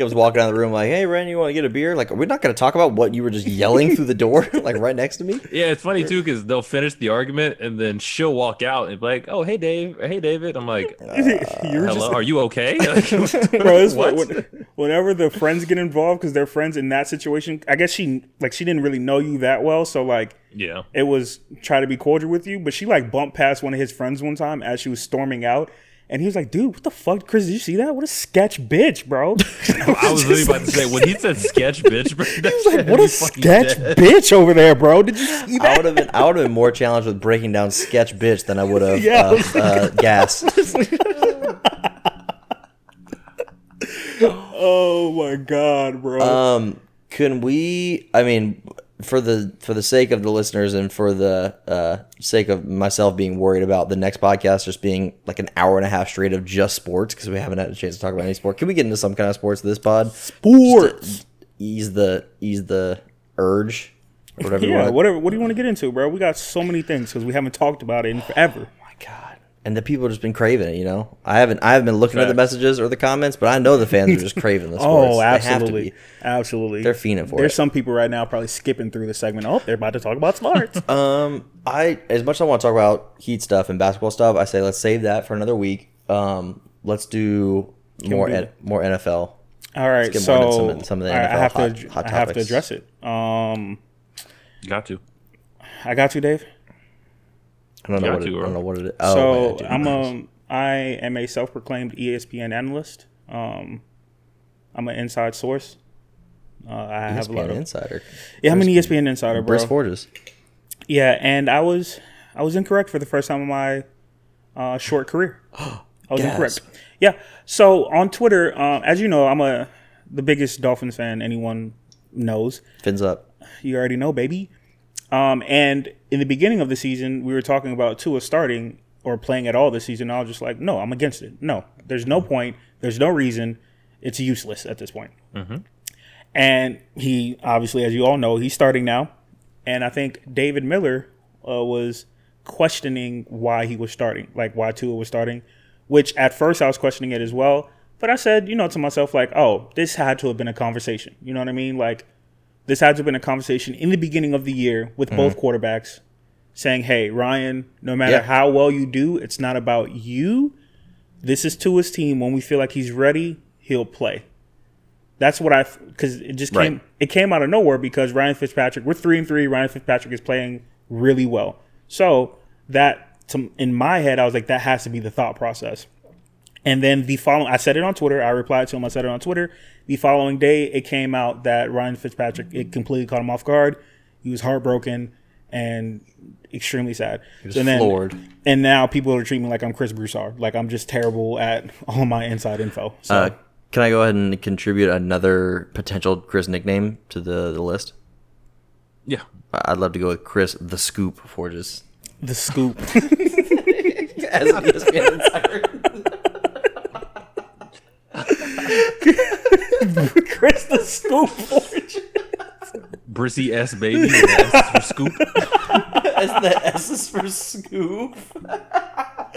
I was walking out of the room like, hey, Ren, you want to get a beer? Like, are we not going to talk about what you were just yelling through the door, like right next to me? yeah, it's funny too because they'll finish the argument and then she'll walk out and be like, "Oh, hey Dave, hey David." I'm like, you were "Hello, just, are you okay?" Like, bro. This what? What? whenever the friends get involved because they're friends in that situation. I guess she like she didn't really know you that well, so like yeah, it was try to be cordial with you, but she like bumped past one of his friends one time as she was storming out. And he was like, dude, what the fuck, Chris? Did you see that? What a sketch bitch, bro. I was literally about to say when he said sketch, bitch. Bro, that He was like, shit what had a me fucking sketch dead. bitch over there, bro. Did you see I that? would have been I would have been more challenged with breaking down sketch bitch than I would have Yeah, I uh, was uh, gas. Oh my God, bro. Um, can we? I mean, for the for the sake of the listeners and for the uh, sake of myself being worried about the next podcast just being like an hour and a half straight of just sports because we haven't had a chance to talk about any sport. Can we get into some kind of sports this pod? Sports. Ease the ease the urge, or whatever. you yeah, want. whatever. What do you want to get into, bro? We got so many things because we haven't talked about it in forever. God. And the people have just been craving it, you know. I haven't, I haven't been looking at the messages or the comments, but I know the fans are just craving the sports. Oh, They have to absolutely. be. Absolutely. They're fiending for There's it. some people right now probably skipping through the segment. Oh, they're about to talk about smarts. Um, I as much as I want to talk about heat stuff and basketball stuff, I say let's save that for another week. Um, let's do more do- N- more NFL. All right, get so more into some of- some of the all right, I NFL have to hot- ad- hot I have to topics. address it. Um, Got to. I got you, Dave. I don't know Got what it, to, I bro. don't know what it is. Oh, so wait, I do I'm know. um I am a self-proclaimed E ESPN analyst. Um, I'm an inside source. Uh, I have a ESPN lot of insider. yeah. I'm E an E ESPN insider, bro. Bruce Forges. Yeah, and I was I was incorrect for the first time in my uh, short career. I was Gasp. incorrect. Yeah. So on Twitter, uh, as you know, I'm a the biggest Dolphins fan anyone knows. Fins up. you already know, baby. Um, and in the beginning of the season, we were talking about Tua starting or playing at all this season. I was just like, no, I'm against it. No, there's no point. There's no reason. It's useless at this point. And he obviously, as you all know, he's starting now. And I think David Miller uh, was questioning why he was starting, like why Tua was starting, which at first I was questioning it as well. But I said, you know, to myself, like, oh, this had to have been a conversation. You know what I mean? Like, this had to have been a conversation in the beginning of the year with both quarterbacks saying, hey, Ryan, no matter Yeah. how well you do, it's not about you. This is Tua's team. When we feel like he's ready, he'll play. That's what I because it just came Right. it came out of nowhere because Ryan Fitzpatrick we're three and three. Ryan Fitzpatrick is playing really well, so that to, in my head I was like that has to be the thought process. And then the following, I said it on Twitter. I replied to him. I said it on Twitter. The following day, it came out that Ryan Fitzpatrick it completely caught him off guard. He was heartbroken and extremely sad. He was floored. And now people are treating me like I'm Chris Broussard. Like I'm just terrible at all my inside info. So Uh, can I go ahead and contribute another potential Chris nickname to the, the list? Yeah, I'd love to go with Chris the Scoop Forges. The scoop. As an ESPN insider. Chris the scoop. Brissy S baby. and S for scoop. As the S is for Scoop. Uh,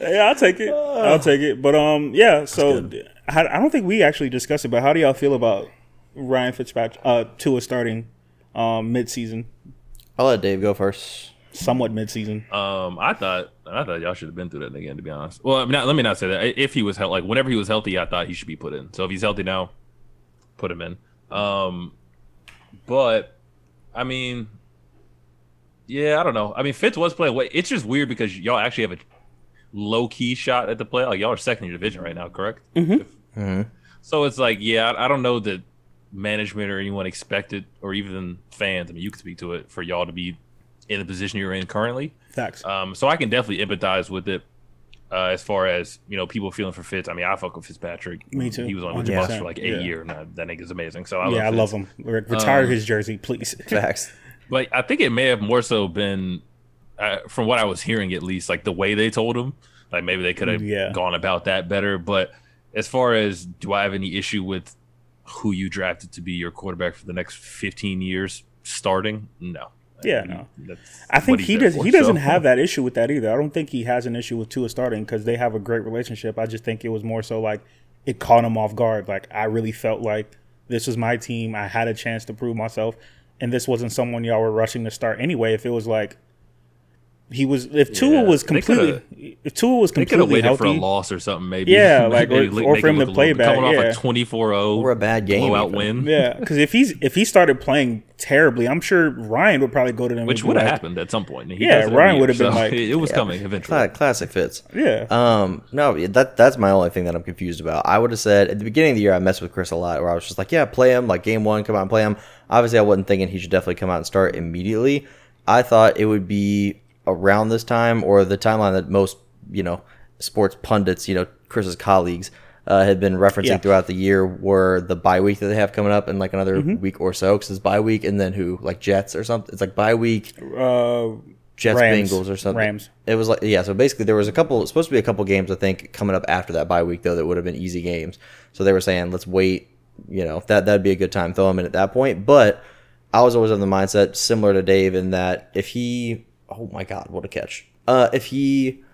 yeah, I'll take it. I'll take it. But um, yeah. So how, I don't think we actually discussed it, but how do y'all feel about Ryan Fitzpatrick, uh, Tua starting, um, mid-season, I'll let Dave go first. somewhat mid-season? Um, I thought I thought y'all should have been through that again. To be honest, well, I'm not, let me not say that. I- If he was healthy, like whenever he was healthy, I thought he should be put in. So if he's healthy now, put him in. Um, but I mean, yeah, I don't know. I mean, Fitz was playing. wa- It's just weird because y'all actually have a low key shot at the play. Like y'all are second in your division right now, correct? So it's like, yeah, I- I don't know that management or anyone expected, or even fans. I mean, you could speak to it for y'all to be in the position you're in currently. Facts. Um, so I can definitely empathize with it uh, as far as you know people feeling for Fitz. I mean, I fuck with Fitzpatrick. Me too. He was on 100%. Wizard Bus for like eight Yeah. years. Now that nigga's amazing. So I love yeah, I Fitz. love him. Re- Retire his jersey, please. Facts. But I think it may have more so been, uh, from what I was hearing at least, like the way they told him. Like maybe they could have Mm, Yeah. gone about that better. But as far as do I have any issue with who you drafted to be your quarterback for the next 15 years starting? No. Yeah, no. That's I what think he's he there does. for, He doesn't so. have that issue with that either. I don't think he has an issue with Tua starting because they have a great relationship. I just think it was more so like it caught him off guard. Like I really felt like this was my team. I had a chance to prove myself, and this wasn't someone y'all were rushing to start anyway. If it was like he was, if Tua Yeah, was they completely, if Tua was They could have completely waited healthy, for a loss or something, maybe. Yeah, like, or- look- or make for it him look to a play little- Coming back, off yeah. a 24-0 Or a bad game, blowout even. win, yeah, because if he's if he started playing terribly, I'm sure Ryan would probably go to them. and which be would have like, happened at some point. He Yeah, does it every Ryan year, would have been so like- it was coming eventually. Cla- classic Fitz. Yeah. Um. No. That that's my only thing that I'm confused about. I would have said at the beginning of the year I messed with Chris a lot, where I was just like, yeah, play him. Like game one, come out and play him. Obviously, I wasn't thinking he should definitely come out and start immediately. I thought it would be around this time or the timeline that most you know sports pundits, you know, Chris's colleagues. Uh, had been referencing Yeah. throughout the year were the bye week that they have coming up in like another week or so because it's bye week and then who like Jets or something it's like bye week Uh, Jets Rams. Bengals or something. Rams. It was like yeah. So basically, there was a couple supposed to be a couple games I think coming up after that bye week though that would have been easy games. So they were saying let's wait. You know that that'd be a good time throw him in at that point. But I was always of the mindset similar to Dave in that if he oh my god what a catch uh if he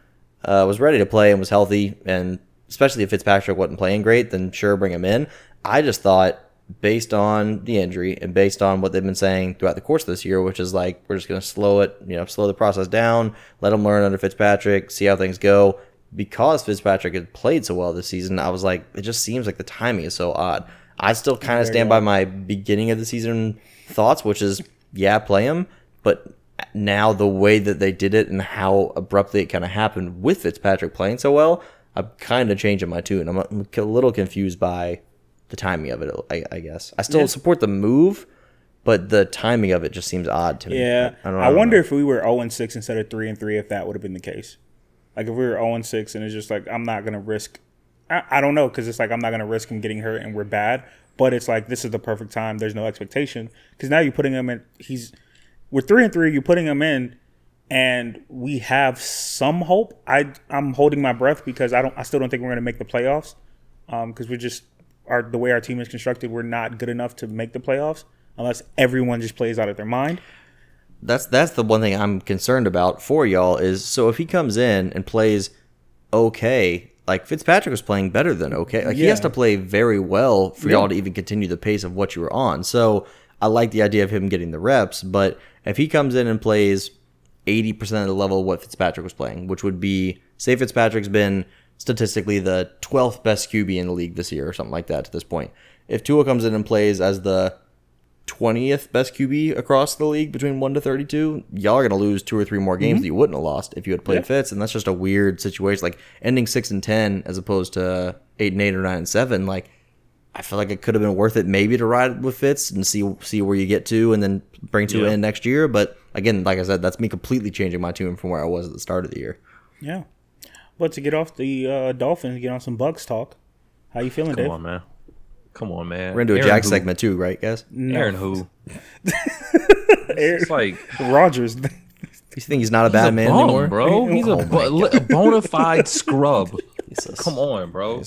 uh, was ready to play and was healthy, and especially if Fitzpatrick wasn't playing great, then sure, bring him in. I just thought, based on the injury and based on what they've been saying throughout the course of this year, which is like we're just going to slow it, you know, slow the process down, let him learn under Fitzpatrick, see how things go. Because Fitzpatrick had played so well this season, I was like, it just seems like the timing is so odd. I still kind of stand by my beginning of the season thoughts, which is, yeah, play him, but now the way that they did it and how abruptly it kind of happened with Fitzpatrick playing so well, I'm kind of changing my tune. I'm a, I'm a little confused by the timing of it. I, I guess I still support the move, but the timing of it just seems odd to me. Yeah, I, I, don't, I don't wonder know. if we were zero and six instead of three and three, if that would have been the case. Like if we were zero and six, and it's just like I'm not gonna risk. I, I don't know because it's like I'm not gonna risk him getting hurt, and we're bad. But it's like this is the perfect time. There's no expectation because now you're putting him in. He's we're three and three. You're putting him in, and we have some hope. I I'm holding my breath because I don't. I still don't think we're gonna make the playoffs because we're just our the way our team is constructed. We're not good enough to make the playoffs unless everyone just plays out of their mind. that's that's the one thing I'm concerned about for y'all is so if he comes in and plays okay, like Fitzpatrick was playing better than okay. Like he has Yeah. to play very well for y'all to even continue the pace of what you were on. So I like the idea of him getting the reps, but if he comes in and plays 80% of the level of what Fitzpatrick was playing, which would be say Fitzpatrick's been statistically the 12th best QB in the league this year or something like that to this point. If Tua comes in and plays as the 20th best QB across the league between 1 to 32, y'all are going to lose two or three more games Mhm. that you wouldn't have lost if you had played Fitz. And that's just a weird situation. Like ending 6 and 10 as opposed to 8 and 8 or 9 and 7, like I feel like it could have been worth it maybe to ride with Fitz and see see where you get to and then bring two Yeah. in next year. But again, like I said, that's me completely changing my tune from where I was at the start of the year. Yeah. But to get off the uh, Dolphins, get on some Bucks talk. How you feeling, Come Dave? on, man. Come on, man. We're gonna do a Aaron Jack who? segment too, right, guys? Aaron who? It's like Rogers. You think he's not a he's bad a man bum, anymore, oh bro. He's a, bu- a bona fide scrub. Jesus. Come on, bro.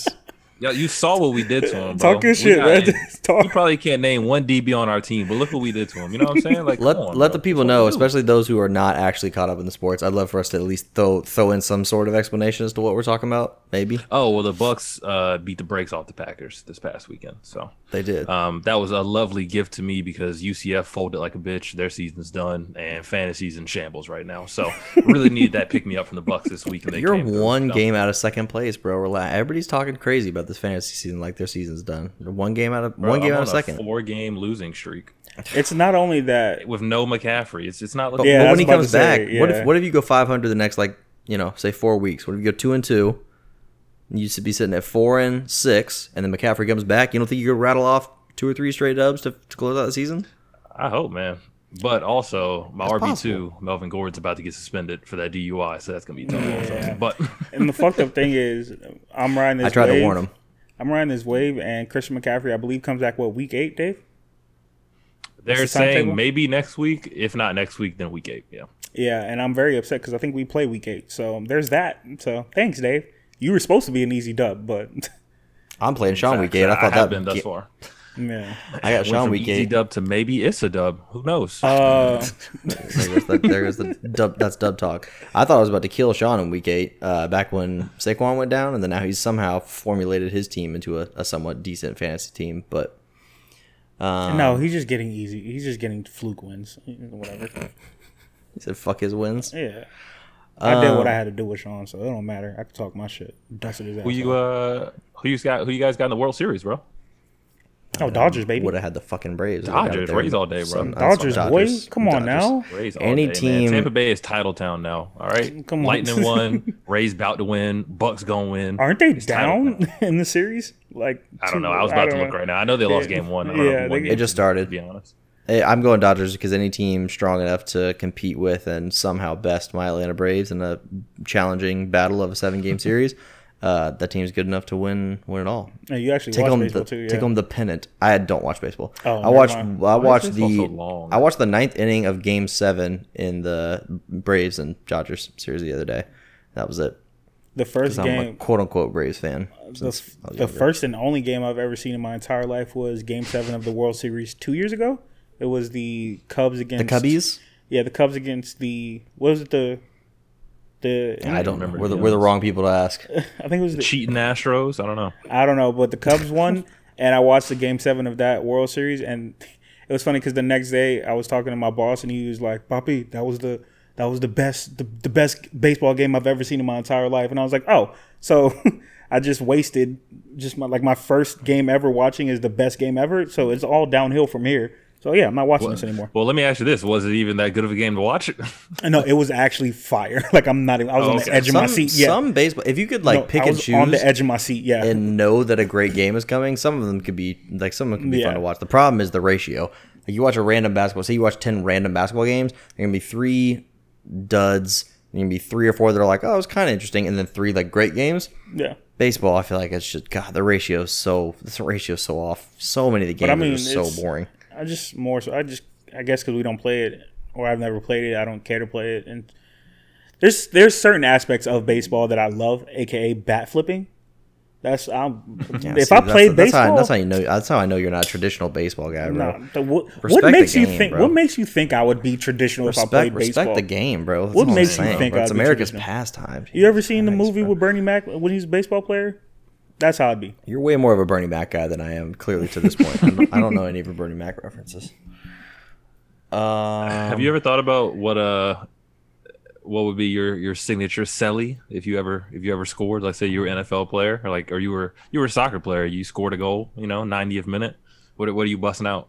Yeah, you saw what we did to him. Bro. Talk your We shit, got man. in- Just talk. You probably can't name one DB on our team, but look what we did to him. You know what I'm saying? Like, Let come on, let bro. the people know, especially those who are not actually caught up in the sports. I'd love for us to at least throw throw in some sort of explanation as to what we're talking about. Maybe Oh well, the Bucks uh, beat the brakes off the Packers this past weekend, so they did. um, that was a lovely gift to me because UCF folded like a bitch. Their season's done, and fantasy's in shambles right now. So really needed that pick me up from the Bucks this week. And they You're came through, one so. game out of second place, bro. Relax. Everybody's talking crazy about this fantasy season, like their season's done. You're one game out of Bro, one game I'm out of on a second. Four game losing streak It's not only that. with no McCaffrey. It's it's not But, looking. Yeah, but that's when he what I comes was about back, to say, what yeah. if what if you go 500 the next like you know say four weeks? What if you go two and two? and You should be sitting at four and six, and then McCaffrey comes back. You don't think you could rattle off two or three straight dubs to, to close out the season? I hope, man. But also, my It's RB two Melvin Gordon's about to get suspended for that DUI, so that's gonna be tough. also. But And the fucked up thing is, I'm riding this. I tried wave. to warn him. I'm riding this wave, and Christian McCaffrey, I believe, comes back what week eight, Dave? they're What's the timetable? saying maybe next week. If not next week, then week eight. Yeah. Yeah, and I'm very upset because I think we play week eight. So um, there's that. So thanks, Dave. You were supposed to be an easy dub, but I'm playing Sean Facts. week eight. I have thought that been thus ga- far. yeah. I got Went Sean from week easy eight. dub to maybe it's a dub. Who knows? Uh, There goes the, there goes the dub. That's dub talk. I thought I was about to kill Sean in week eight, uh, back when Saquon went down, and then now he's somehow formulated his team into a, a somewhat decent fantasy team. But Um, no, he's just getting easy. He's just getting fluke wins, whatever. he said, "Fuck his wins." Yeah. I did Um, what I had to do with Sean, so it don't matter. I can talk my shit. Dusted his ass. who you off. uh? Who you got? Who you guys got in the World Series, bro? oh, Dodgers, baby. Would have had the fucking Braves. Dodgers, Rays all day, bro. Some- I saw Dodgers, boy. Come Dodgers. on now. Rays all Any day, man. team- Tampa Bay is title town now. All right. Come on. Lightning won. Rays about to win. Bucks gonna win. Aren't they It's title down in the series? Like I two- don't know. I was about to don't look know. right now. I know they lost game one. I don't Yeah, know who they- won game It just two, started. To be honest. Hey, Eh, I'm going Dodgers because any team strong enough to compete with and somehow best my Atlanta Braves in a challenging battle of a seven game series, uh, that team's good enough to win win it all. Yeah, you actually Take watch home baseball the too. Yeah. take home the pennant. I don't watch baseball. Oh, I never watched mind. I watched baseball the so long? I watched the ninth inning of Game Seven in the Braves and Dodgers series the other day. That was it. the first 'Cause I'm a game. quote unquote Braves fan. The, f- the first and only game I've ever seen in my entire life was Game Seven of the World Series two years ago. It was the Cubs The against Cubbies. Yeah, the Cubs against the what was it the the I don't remember. We're the, to be we're the honest. wrong people to ask. I think it was the, Cheating Astros. I don't know. I don't know, but the Cubs won, and I watched the Game Seven of that World Series, and it was funny because the next day I was talking to my boss, and he was like, "Poppy, that was the that was the best the, the best baseball game I've ever seen in my entire life," and I was like, "Oh, so." I just wasted just my like my first game ever watching is the best game ever, so it's all downhill from here. So yeah, I'm not watching this anymore. Well, let me ask you this: Was it even that good of a game to watch? No, it was actually fire. Like I'm not even I was Oh, on okay. the edge of my Some, seat. Yeah. some baseball. If you could like No, pick I and was on choose the edge of my seat. Yeah. and know that a great game is coming, some of them could be like some of them could be Yeah. fun to watch. The problem is the ratio. Like you watch a random basketball, say you watch ten random basketball games, there are gonna be three duds, there are gonna be three or four that are like, oh, it was kind of interesting, and then three like great games. yeah. Baseball, I feel like it's just God. The ratio is so this ratio is so off. So many of the games I are mean, just so it's- boring. I just more so. I just I guess because we don't play it, or I've never played it. I don't care to play it, and there's there's certain aspects of baseball that I love, aka bat flipping. That's I'm, if See, I that's- played that's how I- baseball. that's how you know. That's how I know you're not a traditional baseball guy, bro. nah, the- what, what Respect the makes you game, think? bro. What makes you think I would be traditional if I Respect, played respect baseball? the game, bro. That's What all I'm makes you saying, think bro. it's I'd be America's traditional? pastime? You ever seen the Christ, movie bro. with Bernie Mac when he was a baseball player? That's how I'd be. You're way more of a Bernie Mac guy than I am, clearly to this point. I don't, I don't know any of your Bernie Mac references. Uh, Have Um, you ever thought about what uh what would be your your signature celly if you ever if you ever scored? Like say you were an NFL player or like or you were you were a soccer player, you scored a goal, you know, 90th minute. What what are you busting out?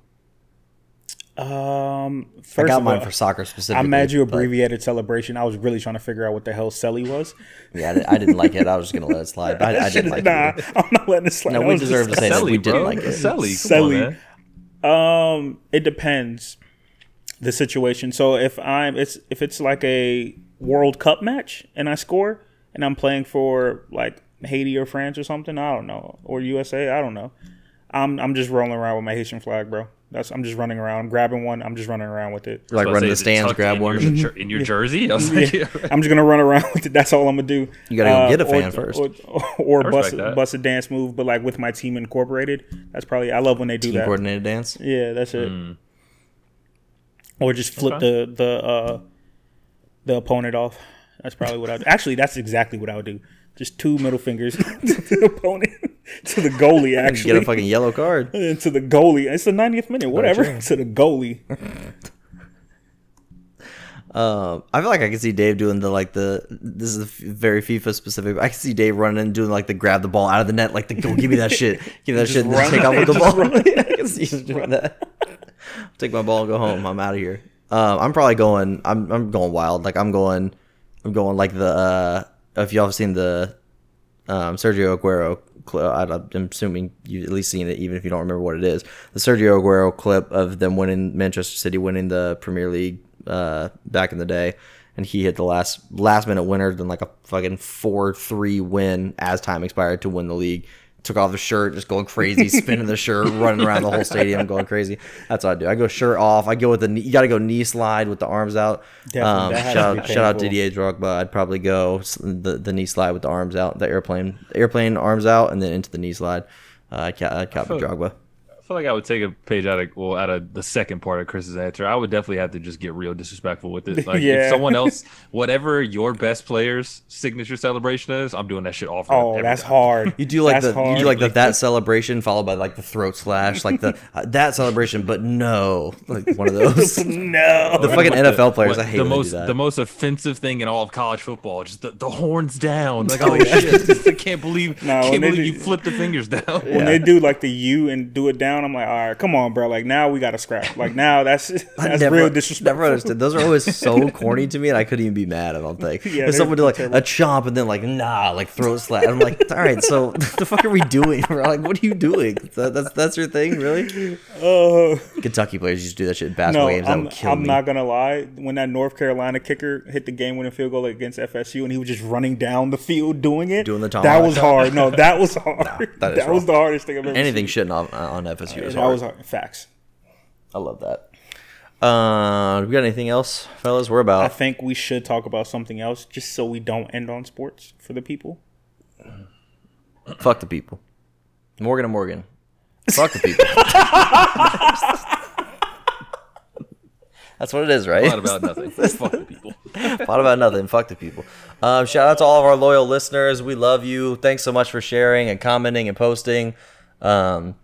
Um, first I got of mine all, for soccer I specifically. mad you but- abbreviated celebration. I was really trying to figure out what the hell Selly was. Yeah, I didn't, I didn't like it. I was just gonna let it slide. But I, I didn't like nah, it. I'm not letting it slide. No, That we was deserve to say that Celly, we didn't bro. like it. Celly, come Celly. on, man. Um, it depends the situation. So if I'm it's if it's like a World Cup match and I score and I'm playing for like Haiti or France or something, I don't know, or USA, I don't know. I'm I'm just rolling around with my Haitian flag, bro. That's I'm just running around, grabbing one. I'm just running around with it. Like I was run to the about to say, is it stands, tucked grab in one. your, jer- in your jersey. I was like, yeah, right. I'm just gonna run around with it. That's all I'm gonna do. Uh, You gotta go get a or- fan first. or, or, I bust respect that. bust a dance move, but like with my team incorporated. That's probably I love when they do Team that. coordinated dance. Yeah, that's it. Hmm. Or just flip the the uh, the opponent off. That's probably what I would Actually, that's exactly what I would do. Just two middle fingers to the opponent, to the goalie, actually. Get a fucking yellow card. and to the goalie. It's the 90th minute, whatever. to the goalie. Um, I feel like I can see Dave doing the like the this is very FIFA specific. But I can see Dave running and doing like the grab the ball out of the net, like the go give me that shit, give me that shit, and then run. take off with the ball. Yeah, I can see him doing that. Take my ball, and go home. I'm out of here. Um, I'm probably going. I'm I'm going wild. Like I'm going. I'm going like the. Uh, if y'all have seen the um, Sergio Aguero. Cl- I- I'm assuming you've at least seen it, even if you don't remember what it is. The Sergio Aguero clip of them winning Manchester City, winning the Premier League uh, back in the day, and he hit the last last minute winner, then like a fucking four three win as time expired to win the league. Took off the shirt, just going crazy, spinning the shirt, running around the whole stadium, going crazy. That's what I do. I go shirt off. I go with the knee, you got to go knee slide with the arms out. Definitely. Um, That has shout to be out, shout out painful. Didier. NBA Drogba, I'd probably go s- the, the knee slide with the arms out, the airplane airplane arms out, and then into the knee slide. Uh, I'd, ca- I'd copy Drogba. I feel like I would take a page out of well out of the second part of Chris's answer. I would definitely have to just get real disrespectful with it. Like Yeah. if someone else, whatever your best player's signature celebration is, I'm doing that shit off. Oh, that's hard. You do like That's the hard. you do like the that celebration followed by like the throat slash, like the uh, that celebration, but no, like one of those. no. The fucking NFL players, I hate the when they do most that. the most offensive thing in all of college football. Just the, the horns down. Like oh shit, I can't believe No, when can't they believe do- you flipped the fingers down. When they do like the U and do it down, I'm like, all right, come on, bro. Like now we got to scrap. Like now that's I that's never- real Never disrespectful. understood. Those are always so corny to me, and I couldn't even be mad. I don't think. Yeah, if someone did they're like a chomp and then like nah, like throat slap, I'm like, all right, so the fuck are we doing? We're like, what are you doing? That, that's that's your thing, really? Oh Kentucky players used to do that shit in basketball no, games. That I'm, would kill I'm me. not gonna lie. When that North Carolina kicker hit the game-winning field goal against FSU, and he was just running down the field doing it, Doing the Tom that Holland. was hard. No, that was hard. that that is was wrong. the hardest thing I've ever. Anything shitting on, on FSU seen. is that hard. was hard. Facts. I love that. Uh, we got anything else, fellas? We're about I think we should talk about something else, just so we don't end on sports for the people. fuck the people. Morgan and Morgan, fuck the people. That's what it is, right? Not about nothing. Fuck the people. Thought about nothing. Fuck the people. Um, shout out to all of our loyal listeners. We love you. Thanks so much for sharing and commenting and posting. Um,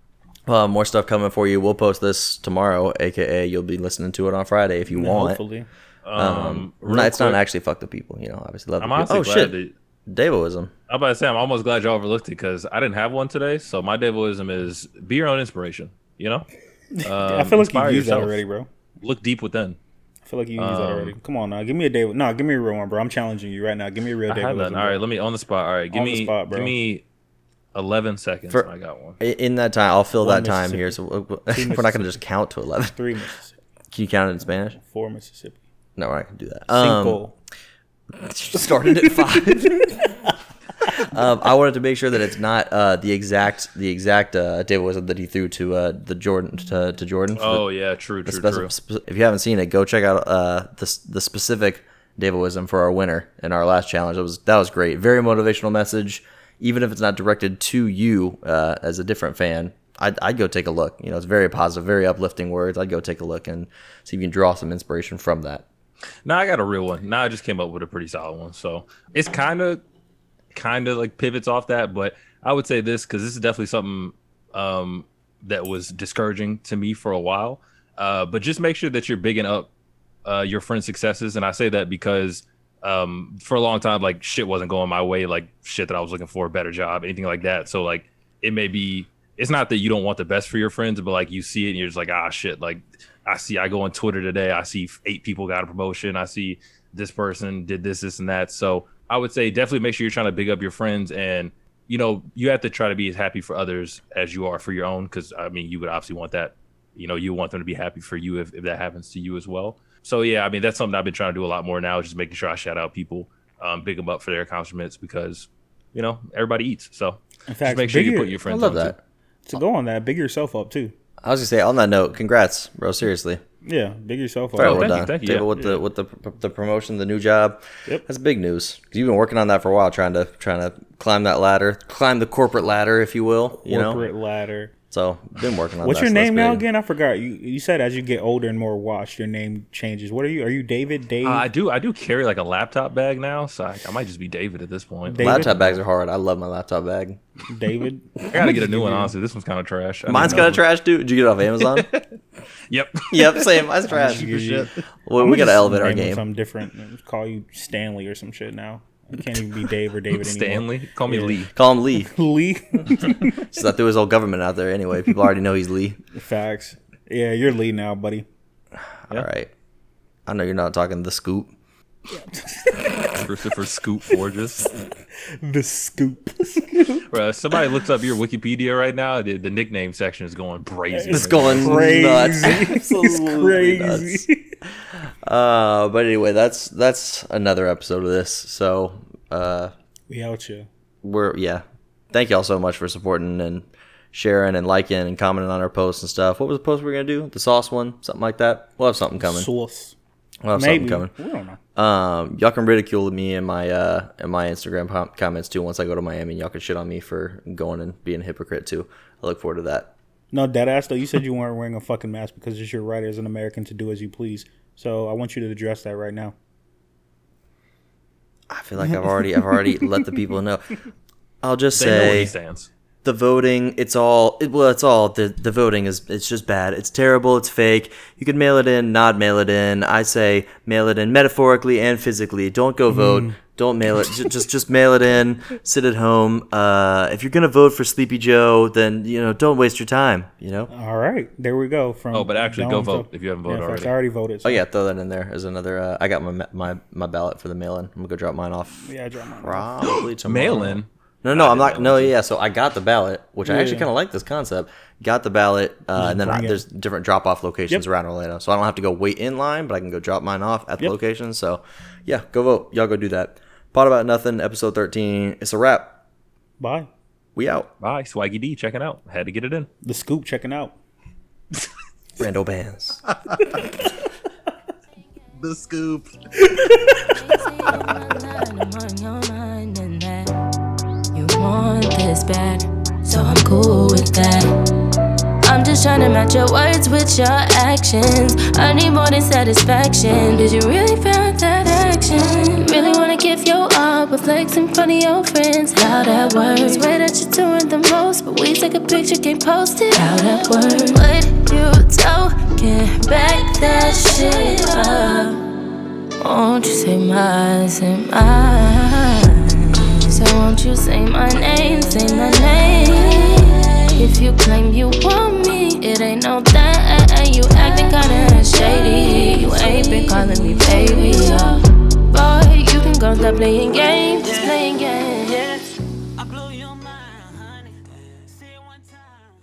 uh, more stuff coming for you. We'll post this tomorrow, aka you'll be listening to it on Friday if you want. Hopefully, Um, No, real it's not quick, actually fuck the people. You know, obviously love. I'm the people. honestly oh glad shit, that- Davoism. I'm about to say I'm almost glad y'all overlooked it because I didn't have one today. So my devilism is be your own inspiration. You know, Um, I feel like you inspire used yourself. Um, that already, bro. look deep within. I feel like you used that already. Come on now, give me a day. No, give me a real one, bro. I'm challenging you right now. Give me a real I day. have none. All right, let me on the spot. All right, give On the me spot, bro. give me eleven seconds. For- and I got one. I- In that time, I'll fill that time Mississippi. here. So we'll- we'll- we're not going to just count to eleven. Three Mississippi, Can you count it in Spanish? four Mississippi, No, I can do that. Um, cinco. started at five. um, I wanted to make sure that it's not uh, the exact the exact uh, David Wizard that he threw to uh, the Jordan to, to Jordan. for Oh yeah, true, the true, spec- true. spe- if you haven't seen it, go check out uh, the s- the specific Davidism for our winner in our last challenge. That was that was great. Very motivational message. Even if it's not directed to you uh, as a different fan, I'd, I'd go take a look. You know, it's very positive, very uplifting words. I'd go take a look and see if you can draw some inspiration from that. Now I got a real one. Now I just came up with a pretty solid one. So it's kind of, kind of like pivots off that, but I would say this because this is definitely something um, that was discouraging to me for a while. Uh, but just make sure that you're bigging up uh, your friend's successes, and I say that because um, for a long time, like shit wasn't going my way, like shit that I was looking for, a better job, anything like that. So like it may be, it's not that you don't want the best for your friends, but like you see it and you're just like, ah, shit, like I see, I go on Twitter today, I see eight people got a promotion, I see this person did this, this, and that. So I would say definitely make sure you're trying to big up your friends and you know you have to try to be as happy for others as you are for your own because i mean you would obviously want that you know you want them to be happy for you if, if that happens to you as well so yeah i mean that's something i've been trying to do a lot more now is just making sure i shout out people um big them up for their accomplishments because you know everybody eats so In fact, just make sure you bigger- put your I friends love on, too. that. to go on that, big yourself up too. I was gonna say on that note, congrats, bro. Seriously, Yeah, big yourself up. Very well thank you, done, thank you, David. yeah. With the with the the promotion, the new job, Yep. that's big news. 'Cause You've been working on that for a while, trying to trying to climb that ladder, climb the corporate ladder, if you will. You know, Corporate ladder. so been working on. What's that, your so that's name now big. again? I forgot. You you said as you get older and more washed, your name changes. What are you? Are you David? Dave? Uh, I do. I do carry like a laptop bag now, so I, I might just be David at this point. David? Laptop bags are hard. I love my laptop bag. David? I gotta get a new one. Honestly, this one's kind of trash. I Mine's don't know. kind of trash, dude. Did you get it off Amazon? Yep. yep, same. Mine's trash. shit. Well, we gotta elevate our Name him game. Something different. Call you Stanley or some shit now. I can't even be Dave or David anymore. Stanley, call me Lee. Call him Lee. Lee. Since I threw his whole government out there anyway, people already know he's Lee. Facts. Yeah, you're Lee now, buddy. All right. I know you're not talking the scoop. Christopher Scoop Forges. The scoop. Bruh, somebody looks up your Wikipedia right now. The, the nickname section is going crazy. It's going Crazy. nuts. It's Absolutely nuts. crazy. Uh, but anyway, that's that's another episode of this. So uh, We out you. we're yeah. Thank y'all so much for supporting and sharing and liking and commenting on our posts and stuff. What was the post we are gonna do? The sauce one, something like that. We'll have something coming. Sauce. We'll have Maybe. something coming. We don't know. Um, y'all can ridicule me in my uh in my Instagram com- comments too. Once I go to Miami, and y'all can shit on me for going and being a hypocrite too. I look forward to that. No, deadass though. You said you weren't wearing a fucking mask because it's your right as an American to do as you please. So I want you to address that right now. I feel like I've already I've already let the people know. I'll just They know where say he stands. the voting it's all it, well it's all the the voting is it's just bad. It's terrible, it's fake. You can mail it in, not mail it in. I say mail it in metaphorically and physically. Don't go vote. Don't mail it. just, just just mail it in. Sit at home. Uh, if you're gonna vote for Sleepy Joe, then you know don't waste your time. You know. All right, there we go. From Oh, but actually, go Don's vote up. if you haven't Yeah, voted facts. already. I already voted. So Oh yeah, throw that in there as another. Uh, I got my, my my ballot for the mail in. I'm gonna go drop mine off yeah, I dropped mine. probably tomorrow. Mail in. No, no, I'm not. No, yeah. So I got the ballot, which I actually yeah. kind of like this concept. Got the ballot, uh, and then I, bring it. there's different drop off locations around Orlando, so I don't have to go wait in line, but I can go drop mine off at the Yep. location. So, yeah, go vote. Y'all go do that. Pot about nothing. Episode thirteen. It's a wrap. Bye. We out. Bye, Swaggy D. Checking out. Had to get it in. The scoop checking out. Randall bands. The scoop. I'm on your mind and that you want this bad, so I'm cool with that. I'm just trying to match your words with your actions. I need more than satisfaction. Did you really feel that action? Really wanna give your all, but flex in front of your friends. How that works? Way that you're doing the most, but we take a picture, can't post it. How that works? What you talking? Back that shit up. Won't you say my, say my So won't you say my name, say my name If you claim you want me, it ain't no that You acting kinda shady You ain't been calling me baby, yeah Boy, you can go stop playing games